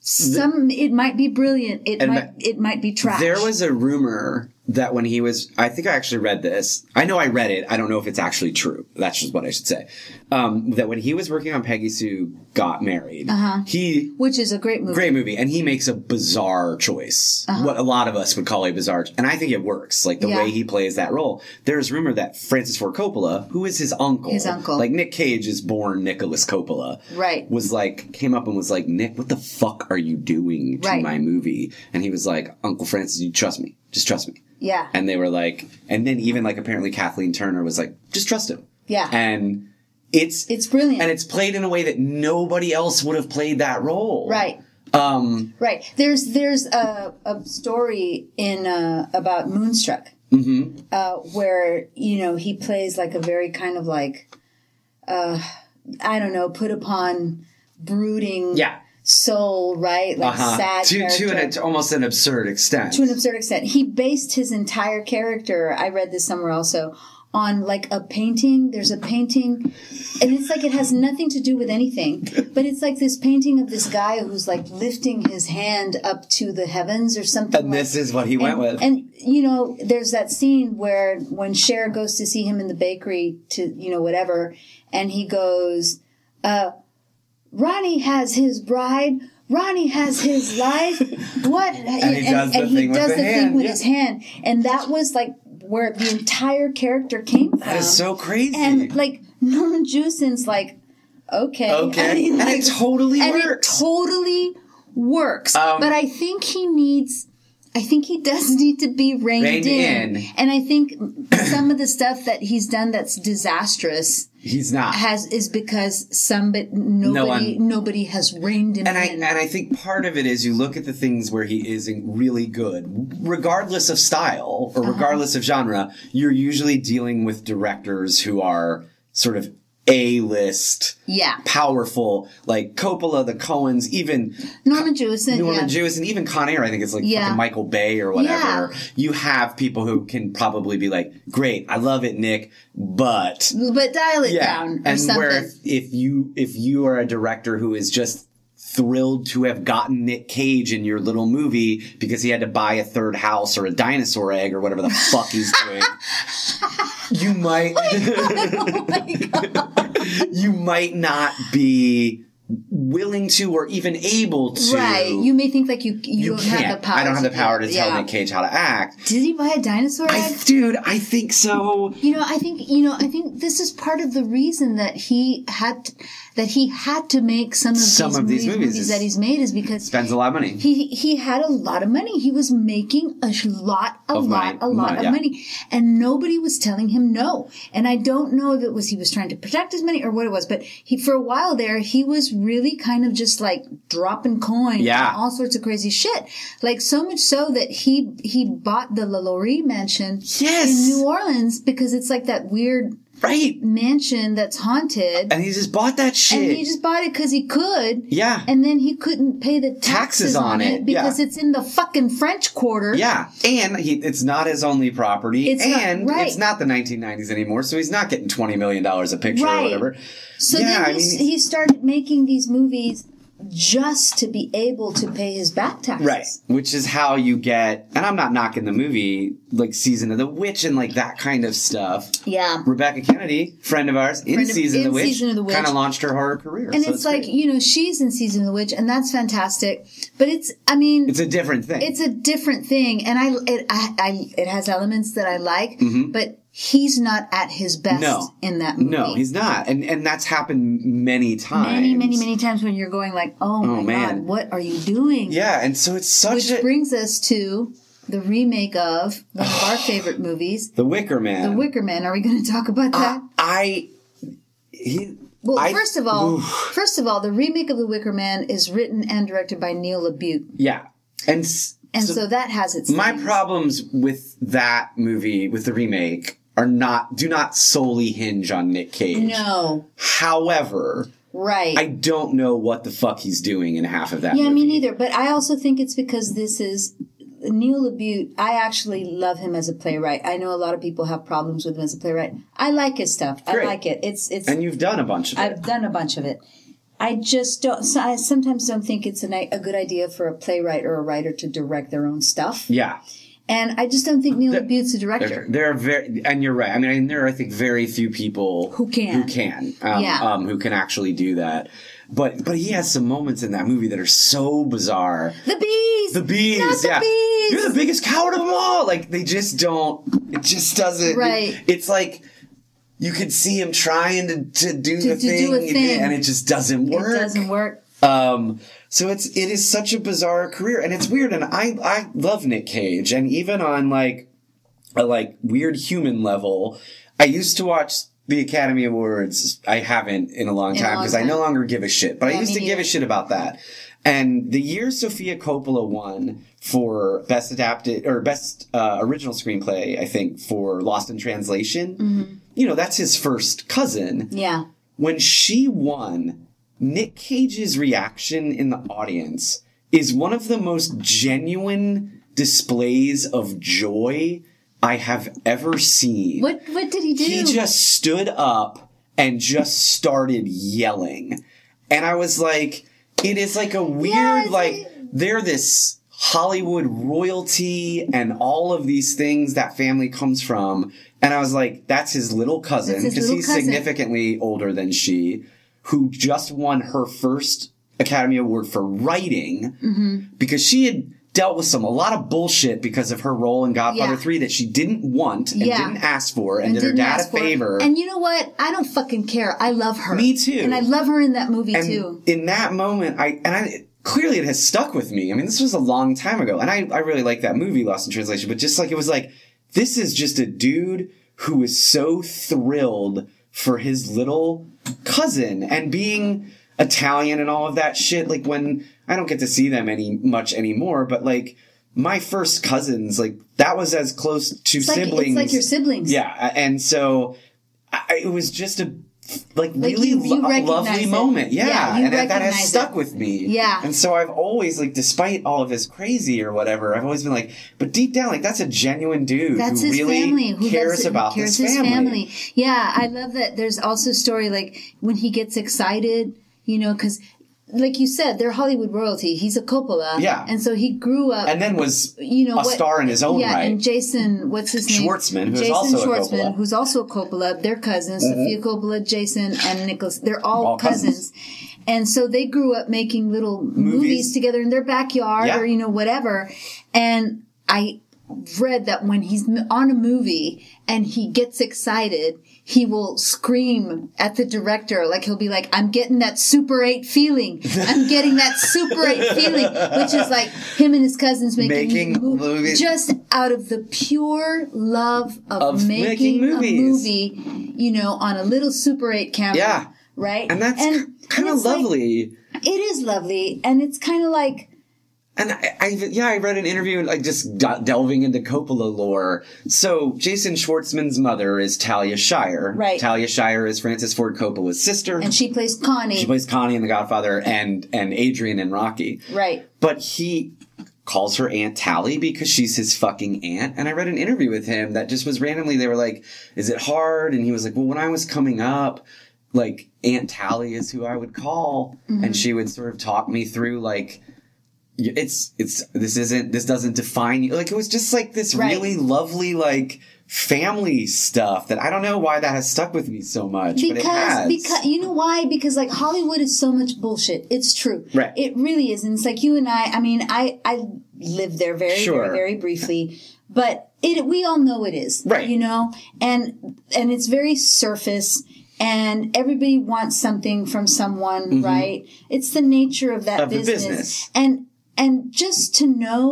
S1: some it might be brilliant it
S2: And
S1: might it might be trash
S2: There was a rumor that when he was, I think I actually read this. I know I read it. I don't know if it's actually true. That's just what I should say. Um, that when he was working on Peggy Sue Got Married, he
S1: which is a great movie
S2: great movie, and he makes a bizarre choice, what a lot of us would call a bizarre, and I think it works. Like the
S1: Uh-huh. Yeah.
S2: way he plays that role. There's rumor that Francis Ford Coppola, who is his uncle,
S1: His uncle.
S2: like Nick Cage is born Nicholas Coppola,
S1: Right.
S2: Was like came up and was like, Nick, what the fuck are you doing to
S1: Right.
S2: my movie? And he was like, Uncle Francis, you trust me, just trust me.
S1: yeah
S2: And they were like, and then even like apparently Kathleen Turner was like, just trust him.
S1: Yeah.
S2: And it's
S1: it's brilliant
S2: and it's played in a way that nobody else would have played that role.
S1: right
S2: Um,
S1: Right. There's there's a, a story in uh, about Moonstruck
S2: Mm-hmm.
S1: uh, where you know he plays like a very kind of like uh, I don't know put upon brooding
S2: Yeah.
S1: soul right like
S2: Uh-huh.
S1: sad
S2: to to
S1: character.
S2: an it's almost an absurd extent.
S1: to an absurd extent. He based his entire character, I read this somewhere also, on like a painting. There's a painting, and it's like it has nothing to do with anything, but it's like this painting of this guy who's like lifting his hand up to the heavens or something.
S2: and
S1: like
S2: this is what he went with.
S1: and you know, there's that scene where when Cher goes to see him in the bakery to you know whatever, and he goes, uh, "Ronnie has his bride. Ronnie has
S2: (laughs)
S1: his life. What?" and,
S2: he does the
S1: and he
S2: thing with
S1: does
S2: the
S1: the
S2: hand,
S1: thing with
S2: yeah.
S1: his hand, and that was like where the entire character came from.
S2: that is so crazy.
S1: um, and like Norman Jusen's like, okay, (laughs)
S2: okay,
S1: I mean,
S2: and
S1: like,
S2: it totally
S1: and
S2: works.
S1: it totally works.
S2: Um,
S1: but I think he needs. I think he (laughs) does need to be reined,
S2: Reined
S1: in.
S2: in.
S1: and I think (clears throat) some of the stuff that he's done that's disastrous
S2: He's not.
S1: has is because somebody nobody
S2: one-
S1: nobody has reined him
S2: and I uh,
S1: in.
S2: and I think part of it is you look at the things where he is in- really good, regardless of style
S1: Uh-huh.
S2: or regardless of genre. You're usually dealing with directors who are sort of a list,
S1: yeah,
S2: powerful, like Coppola, the Coens, even
S1: Norman Jewison.
S2: Norman
S1: yeah.
S2: Jewison, and even Con Air, I think it's like
S1: Yeah.
S2: fucking Michael Bay or whatever.
S1: Yeah.
S2: You have people who can probably be like, "Great, I love it, Nick," but
S1: but dial it
S2: yeah,
S1: down or
S2: and
S1: something.
S2: where if you if you are a director who is just thrilled to have gotten Nick Cage in your little movie because he had to buy a third house or a dinosaur egg or whatever the
S1: (laughs)
S2: fuck he's doing. You might
S1: Oh
S2: (laughs) you might not be willing to or even able to
S1: right, you may think like you you,
S2: you
S1: don't
S2: can't.
S1: have the power.
S2: I don't have the
S1: do
S2: power to
S1: that.
S2: tell
S1: Yeah.
S2: Nick Cage how to act.
S1: Did he buy a dinosaur
S2: I,
S1: egg?
S2: dude, I think so.
S1: You know, I think you know, I think this is part of the reason that he had that he had to make some of
S2: Some
S1: these,
S2: of
S1: movies,
S2: these movies
S1: movies
S2: is-
S1: that he's made is because
S2: Spends a lot of money.
S1: he he had a lot of money. He was making a sh- lot, a
S2: Of money.
S1: lot, a lot
S2: Money,
S1: of
S2: yeah.
S1: money, and nobody was telling him no. And I don't know if it was he was trying to protect his money or what it was, but he for a while there he was really kind of just like dropping coins,
S2: Yeah.
S1: and all sorts of crazy shit, like so much so that he he bought the La Laurie mansion,
S2: Yes.
S1: in New Orleans because it's like that weird
S2: right.
S1: mansion that's haunted.
S2: And he just bought that shit.
S1: And he just bought it because he could.
S2: yeah.
S1: And then he couldn't pay the taxes,
S2: Taxes on it, yeah.
S1: because it's in the fucking French Quarter.
S2: yeah. And he, it's not his only property.
S1: It's not-
S2: and
S1: right.
S2: it's not the 1990s anymore, so he's not getting $20 million a picture or
S1: Right.
S2: whatever.
S1: So
S2: Yeah, I
S1: then he, s
S2: mean-
S1: he started making these movies just to be able to pay his back taxes.
S2: Right. Which is how you get, and I'm not knocking the movie, like Season of the Witch and like that kind of stuff.
S1: Yeah.
S2: Rebecca Kennedy, friend of ours, in,
S1: Friend of-
S2: season,
S1: in
S2: of the Witch,
S1: Season of the Witch.
S2: kind of launched her horror career.
S1: And it's like, you know, she's in Season of the Witch, and that's fantastic. But it's, I mean,
S2: it's a different thing.
S1: it's a different thing and i it I, I it has elements that i like but he's not at his best
S2: Mm-hmm. No.
S1: in that movie
S2: No, he's not, and and that's happened many times.
S1: many many many times when you're going like oh, my
S2: man.
S1: god what are you doing
S2: Yeah, and so it's
S1: which
S2: such a
S1: brings us to the remake of one of our favorite movies
S2: the Wicker Man. (sighs)
S1: the wicker man are we going to talk about that
S2: I he.
S1: well
S2: Ah, I-
S1: first of all
S2: Oof.
S1: first of all the remake of the wicker man is written and directed by neil labute
S2: yeah, and s-
S1: and
S2: so
S1: so, that has its
S2: my
S1: things.
S2: problems with that movie with the remake are not do not solely hinge on Nick Cage.
S1: no
S2: However,
S1: right.
S2: I don't know what the fuck he's doing in half of that.
S1: yeah,
S2: movie.
S1: me neither. But I also think it's because this is Neil Labute. I actually love him as a playwright. I know a lot of people have problems with him as a playwright. I like his stuff. I
S2: Great.
S1: like it. It's it's.
S2: And you've done a bunch of it.
S1: I've done a bunch of it. I just don't. So I sometimes don't think it's a, ni- a good idea for a playwright or a writer to direct their own stuff.
S2: yeah.
S1: And I just don't think Neil Labute's a
S2: There,
S1: director.
S2: there are very, and you're right. I mean, there are, I think, very few people
S1: Who can.
S2: who can, um,
S1: Yeah.
S2: um, who can actually do that. But but he has some moments in that movie that are so bizarre.
S1: The bees.
S2: The bees,
S1: Not the
S2: yeah.
S1: bees.
S2: You're the biggest coward of them all. Like they just don't. It just doesn't.
S1: Right.
S2: It's like you could see him trying to, to do the
S1: to do
S2: thing,
S1: a
S2: and-
S1: thing.
S2: and it just doesn't work.
S1: It doesn't work.
S2: Um, so it's it is such a bizarre career, and it's weird. And I I love Nick Cage, and even on like a like weird human level, I used to watch the Academy Awards. I haven't in a long
S1: a
S2: time
S1: long
S2: because I
S1: time.
S2: no longer give a shit. But I
S1: Yeah,
S2: used
S1: me
S2: to give a
S1: neither.
S2: shit about that. And the year Sophia Coppola won for best adapted or best uh, original screenplay, I think for Lost in Translation.
S1: Mm-hmm.
S2: You know, that's his first cousin
S1: Yeah.
S2: when she won, Nick Cage's reaction in the audience is one of the most genuine displays of joy I have ever seen.
S1: What What did he do?
S2: He just stood up and just started yelling. And I was like, it is like a weird,
S1: Yeah, it's
S2: like,
S1: like-
S2: they're this Hollywood royalty and all of these things that family comes from. And I was like, that's his little cousin,
S1: That's his
S2: because
S1: little
S2: he's
S1: cousin.
S2: significantly older than she, who just won her first Academy Award for writing
S1: Mm-hmm.
S2: because she had dealt with some a lot of bullshit because of her role in Godfather
S1: Yeah.
S2: 3 that she didn't want and
S1: Yeah.
S2: didn't ask for and, did her
S1: didn't
S2: dad a
S1: ask for it.
S2: favor.
S1: And you know what? I don't fucking care. I love her.
S2: Me too.
S1: And I love her in that movie
S2: And
S1: too.
S2: in that moment, I and I clearly it has stuck with me. I mean, this was a long time ago, and I I really like that movie Lost in Translation, but just like it was like this is just a dude who is so thrilled for his little cousin and being Italian and all of that shit. Like when I don't get to see them any much anymore, but like. My first cousins, like that was as close to
S1: It's like,
S2: siblings.
S1: it's like your siblings.
S2: Yeah, a- and so I, it was just a like really
S1: you- you
S2: lo-
S1: recognize
S2: lovely
S1: it.
S2: moment. Yeah,
S1: Yeah, you
S2: and that, that has
S1: recognize
S2: stuck
S1: it.
S2: with me.
S1: Yeah.
S2: and so I've always like, despite all of his crazy or whatever, I've always been like, but deep down, like that's a genuine dude
S1: That's
S2: who
S1: his
S2: really
S1: family. Who
S2: cares
S1: loves it,
S2: about
S1: cares
S2: his, family.
S1: Yeah, I love that. There's also story like when he gets excited, you know, because like you said, they're Hollywood royalty. He's a Coppola.
S2: Yeah.
S1: and so he grew up.
S2: And then was
S1: you know,
S2: a
S1: what-
S2: star in his own
S1: yeah,
S2: right.
S1: and Jason, what's his name?
S2: Schwartzman, who's
S1: Jason
S2: also a
S1: Schwartzman,
S2: Coppola. Mm-hmm.
S1: who's also a Coppola. They're cousins, Sophia Coppola, Jason, and Nicholas. They're all,
S2: All cousins.
S1: cousins. and so they grew up making little movies, together in their backyard
S2: Yeah.
S1: or you know whatever. And I read that when he's m- on a movie and he gets excited, he will scream at the director. Like he'll be like, I'm getting that Super 8 feeling. I'm getting that Super 8 feeling, which is like him and his cousins making,
S2: Making
S1: mo-
S2: movies.
S1: Just out of the pure love of,
S2: Of
S1: making,
S2: making
S1: a
S2: movies.
S1: movie, you know, on a little Super 8 camera.
S2: Yeah.
S1: Right?
S2: and that's kind
S1: and
S2: of
S1: it's like-
S2: lovely.
S1: it is lovely. And it's kind of like,
S2: And I, I, yeah, I read an interview like just d- delving into Coppola lore. So Jason Schwartzman's mother is Talia Shire.
S1: Right.
S2: Talia Shire is Francis Ford Coppola's sister.
S1: and she plays Connie.
S2: she plays Connie in The Godfather and and Adrian in Rocky.
S1: right.
S2: But he calls her Aunt Tally because she's his fucking aunt. And I read an interview with him that just was randomly, they were like, Is it hard? And he was like, Well, when I was coming up, like Aunt Tally is who I would call.
S1: Mm-hmm.
S2: And she would sort of talk me through like y- it's it's this isn't this doesn't define you. Like it was just like this
S1: Right.
S2: really lovely like family stuff that I don't know why that has stuck with me so much. but it
S1: because
S2: has.
S1: because you know why because like hollywood is so much bullshit it's true
S2: Right.
S1: it really is and it's like you and i i mean i i lived there very
S2: Sure.
S1: very very briefly but it we all know it is
S2: Right.
S1: you know and and it's very surface and everybody wants something from someone right it's the nature of that
S2: Mm-hmm. Of the
S1: business.
S2: business.
S1: and and just to know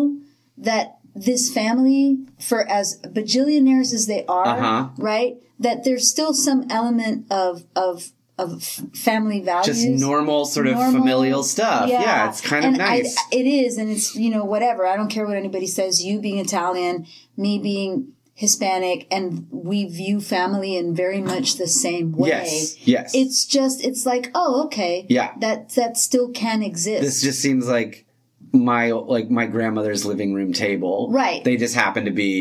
S1: that this family for as bajillionaires as they are
S2: Uh-huh.
S1: right? That there's still some element of of of f- family values.
S2: just normal sort of
S1: normal-
S2: familial stuff. Yeah, it's kind of
S1: And I-
S2: nice.
S1: it is, and it's you know whatever. I don't care what anybody says. You being Italian, me being Hispanic, and we view family in very much the same way.
S2: Yes, yes.
S1: It's just it's like, oh, okay.
S2: Yeah.
S1: That that still can exist.
S2: this just seems like my like my grandmother's living room table.
S1: Right.
S2: They just happen to be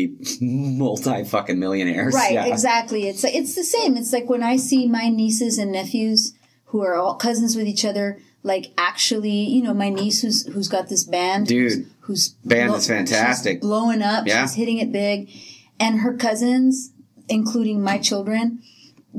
S2: multi fucking millionaires.
S1: Right,
S2: Yeah.
S1: exactly. It's it's the same. It's like when I see my nieces and nephews who are all cousins with each other. Like actually, you know, my niece who's who's got this band,
S2: Dude,
S1: who's, who's
S2: band
S1: blow-
S2: is fantastic.
S1: she's blowing up,
S2: Yeah.
S1: she's hitting it big, and her cousins, including my children,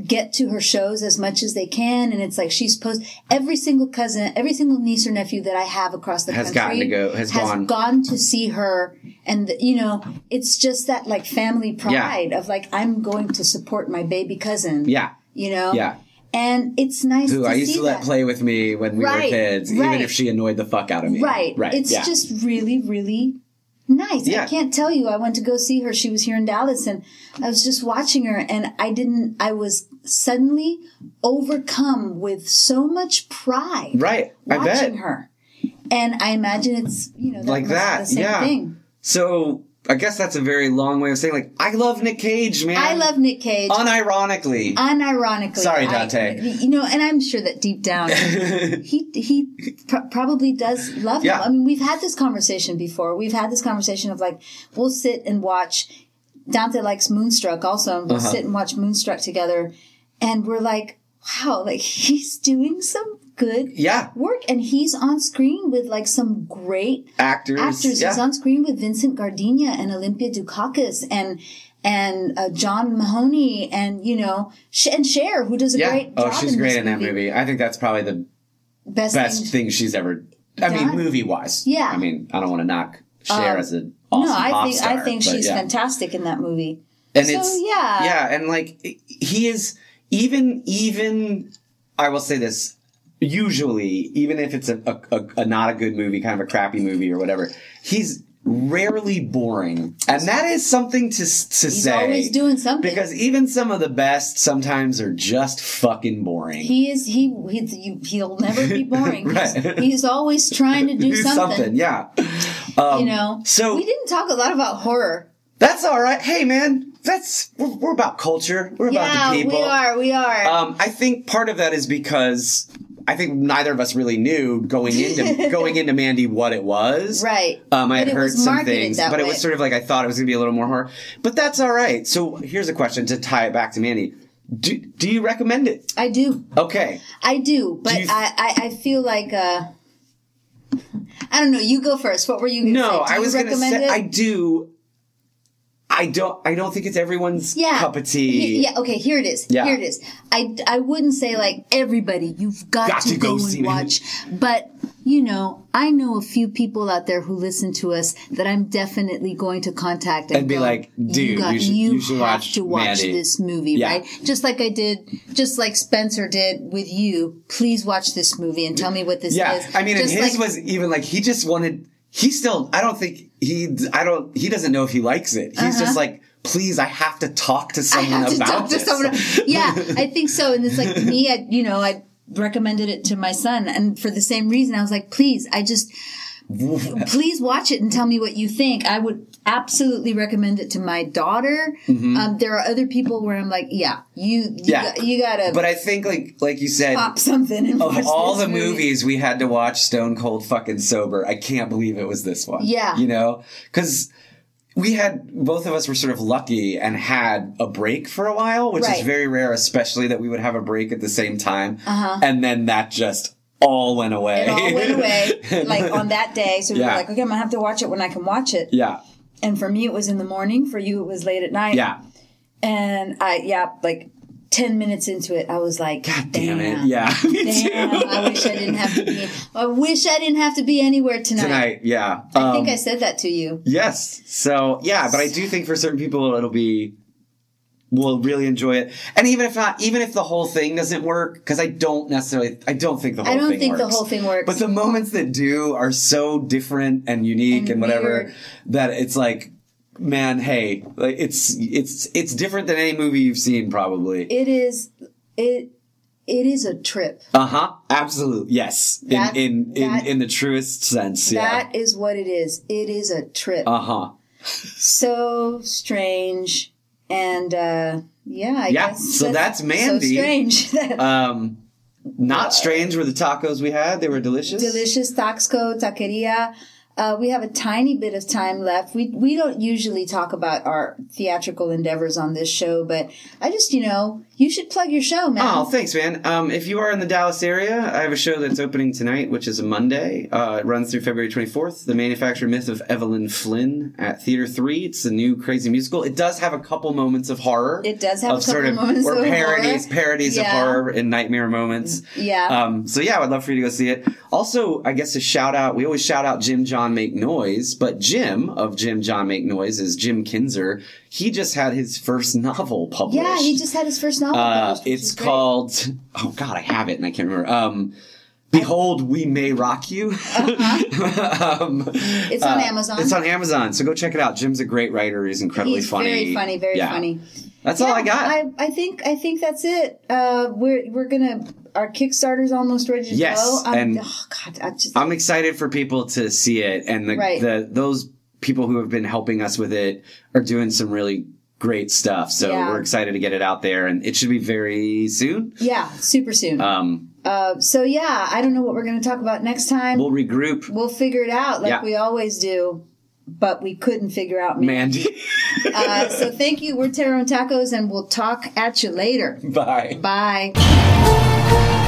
S1: get to her shows as much as they can, and it's like she's post every single cousin, every single niece or nephew that I have across the
S2: Has
S1: country
S2: gotten to go- has gone.
S1: gone to see her and you know it's just that like family pride of like i'm going to support my baby cousin
S2: Yeah.
S1: you know
S2: Yeah.
S1: and it's nice
S2: Who
S1: to
S2: I used
S1: see
S2: to let
S1: that.
S2: play with me when we were
S1: Right,
S2: kids, even
S1: right.
S2: if she annoyed the fuck out of me.
S1: right
S2: Right.
S1: it's
S2: yeah.
S1: just really really nice
S2: Yeah.
S1: i can't tell you i went to go see her she was here in dallas and i was just watching her and i didn't i was suddenly overcome with so much pride
S2: right. I
S1: watching
S2: bet.
S1: her and i imagine it's you know that
S2: Like
S1: must be
S2: that,
S1: the same
S2: yeah.
S1: thing
S2: So I guess that's a very long way of saying like I love Nick Cage, man.
S1: i love Uh, nick cage
S2: unironically.
S1: unironically.
S2: Sorry,
S1: I-
S2: Dante.
S1: you know, and I'm sure that deep down, he
S2: (laughs)
S1: he pr- probably does love
S2: Yeah.
S1: him. I mean, we've had this conversation before. We've had this conversation of like, we'll sit and watch. Dante likes Moonstruck also, and we'll
S2: Uh-huh.
S1: sit and watch Moonstruck together, and we're like, wow, like he's doing some good
S2: yeah.
S1: work, and he's on screen with like some great
S2: Actors.
S1: actors.
S2: yeah.
S1: He's on screen with Vincent Gardenia and Olympia Dukakis and and uh, John Mahoney and you know Sh- and Cher, who does a
S2: yeah.
S1: great
S2: oh,
S1: job.
S2: she's
S1: in
S2: great
S1: this
S2: in that movie. I think that's probably the
S1: Best,
S2: best
S1: thing-
S2: thing she's ever. I mean,
S1: Done.
S2: movie wise.
S1: Yeah. Um,
S2: I mean, I don't want to knock Cher as an awesome
S1: No, I
S2: pop
S1: think
S2: star,
S1: I think
S2: but
S1: she's
S2: yeah.
S1: fantastic in that movie.
S2: And
S1: So,
S2: it's
S1: yeah.
S2: yeah, and like he is even even I will say this. Usually, even if it's a, a, a, a not a good movie, kind of a crappy movie or whatever, he's rarely boring, and that is something to s- to
S1: He's
S2: say.
S1: always doing something.
S2: because even some of the best sometimes are just fucking boring.
S1: he is he, he you- he'll never
S2: (laughs)
S1: be boring.
S2: Right.
S1: he's, he's always trying
S2: (laughs)
S1: to do,
S2: Do
S1: something.
S2: yeah. Um,
S1: You know.
S2: so-
S1: we didn't talk a lot about horror.
S2: That's all right. Hey, man, that's we're, we're about culture. We're about
S1: yeah,
S2: the people.
S1: we are. We are.
S2: Um, I think part of that is because I think neither of us really knew
S1: (laughs)
S2: going into going into Mandy what it was.
S1: Right.
S2: Um, I had
S1: But it
S2: heard
S1: was
S2: some
S1: marketed
S2: things,
S1: that
S2: but it
S1: way.
S2: was sort of like I thought it was going to be a little more horror. But that's all right. So here's a question to tie it back to Mandy. Do, do you recommend it?
S1: I do.
S2: Okay.
S1: I do, but
S2: you-
S1: I, I, I feel like uh, I don't know. You go first. What were you? Gonna
S2: No,
S1: say? Do
S2: I
S1: you
S2: was going to
S1: recommend
S2: say
S1: it?
S2: I do. I don't. I don't think it's everyone's
S1: yeah.
S2: cup
S1: He-
S2: of
S1: (laughs)
S2: tea.
S1: Yeah. Okay. Here it is.
S2: Yeah.
S1: Here it is. I, I wouldn't say like everybody. You've got, to, go,
S2: see
S1: and
S2: it.
S1: watch. But you know, I know a few people out there who listen to us that I'm definitely going to contact and,
S2: And be
S1: go,
S2: like, dude, you should- you should
S1: have
S2: watch
S1: to watch
S2: Mandy."
S1: this movie,
S2: Yeah.
S1: right? Just like I did, just like Spencer did with you. Please watch this movie and tell me what this
S2: Yeah,
S1: is.
S2: I mean, and
S1: Just
S2: his
S1: like-
S2: was even like he just wanted. He still. I don't think he. I don't. He doesn't know if he likes it. He's just like, please, I have to talk to
S1: Uh-huh. I
S2: (laughs) someone
S1: have to
S2: about
S1: talk to
S2: this.
S1: someone. Yeah, I think so. And it's
S2: (laughs)
S1: like me, I, you know, I recommended it to my son, and for the same reason, I was like, please, I just.
S2: (laughs)
S1: Please watch it and tell me what you think. I would absolutely recommend it to my daughter. Um, there are other people where I'm like, yeah, you, you,
S2: Mm-hmm. Yeah.
S1: got, you gotta
S2: But I think, like, like you said,
S1: pop something and watch
S2: of all
S1: this
S2: the
S1: movie.
S2: movies we had to watch, Stone Cold fucking sober. I can't believe it was this one.
S1: Yeah.
S2: you know, because. We had both of us were sort of lucky and had a break for a while, which is
S1: Right.
S2: very rare, especially that we would have a break at the same time. Uh-huh. And then that just all went away.
S1: It all went away like on that day. So we
S2: Yeah.
S1: were like, okay, I'm gonna have to watch it when I can watch it.
S2: (laughs) yeah,
S1: And for me, it was in the morning. For you, it was late at night.
S2: yeah.
S1: And I, yeah, like 10 minutes into it, I was like, God
S2: Damn it. Yeah. (laughs) Me too.
S1: Damn, I wish I didn't have to be. I wish I didn't have to be anywhere tonight.
S2: Tonight, yeah.
S1: I
S2: Um,
S1: think I said that to you.
S2: yes. So, yeah, but I do think for certain people it'll be will really enjoy it. And even if not even if the whole thing doesn't work cuz I don't necessarily I don't think the whole
S1: I don't
S2: thing
S1: think the
S2: works.
S1: whole thing works.
S2: But the moments that do are so different and unique and,
S1: And
S2: whatever
S1: weird.
S2: that it's like man, hey, like it's it's it's different than any movie you've seen probably.
S1: It is, it, it is a trip.
S2: Uh-huh. Absolutely. Yes. In
S1: That-
S2: in in,
S1: that-
S2: in the truest sense. Yeah.
S1: That is what it is. It is a trip.
S2: Uh-huh.
S1: so strange. And uh, yeah, I
S2: Yeah,
S1: guess
S2: so that's Mandy.
S1: So strange. (laughs)
S2: Um, not strange were the tacos we had. They were delicious.
S1: Delicious Taxco Taqueria. Uh, we have a tiny bit of time left. We we don't usually talk about our theatrical endeavors on this show, but I just you know you should plug your show, man.
S2: Oh, thanks, man. Um, if you are in the Dallas area, I have a show that's opening tonight, which is a Monday. Uh, it runs through February 24th. The Manufactured Myth of Evelyn Flynn at Theater 3. It's a new crazy musical. It does have a couple moments of horror.
S1: It does have
S2: of
S1: a couple
S2: sort of,
S1: moments
S2: or
S1: of
S2: parodies,
S1: horror.
S2: parodies of
S1: Yeah.
S2: horror and nightmare moments.
S1: Yeah.
S2: Um, so yeah, I would love for you to go see it. Also, I guess a shout out. We always shout out Jim John Make Noise, but Jim of Jim John Make Noise is Jim Kinzer. He just had his first novel published.
S1: yeah, he just had his first novel.
S2: Uh,
S1: published, which
S2: it's
S1: is great.
S2: called oh god i have it and i can't remember um behold we may rock you (laughs) um,
S1: Uh-huh. It's on Amazon.
S2: it's on amazon so go check it out jim's a great writer he's incredibly
S1: He's
S2: funny
S1: very funny, very
S2: Yeah.
S1: funny.
S2: that's all i got
S1: I, I think I think that's it. Uh, we're we're gonna our Kickstarter's almost ready to
S2: Yes,
S1: go. I'm,
S2: and-
S1: oh God, I just
S2: I'm excited for people to see it, and the,
S1: Right.
S2: the those people who have been helping us with it are doing some really great stuff. So
S1: Yeah.
S2: we're excited to get it out there, and it should be very soon.
S1: yeah, super soon.
S2: Um,
S1: Uh, so yeah, I don't know what we're gonna talk about next time.
S2: we'll regroup,
S1: We'll figure it out like
S2: Yeah.
S1: we always do, but we couldn't figure out. Man.
S2: Mandy. (laughs)
S1: Uh, so thank you. We're Taro and Tacos, and we'll talk at you later.
S2: Bye.
S1: Bye.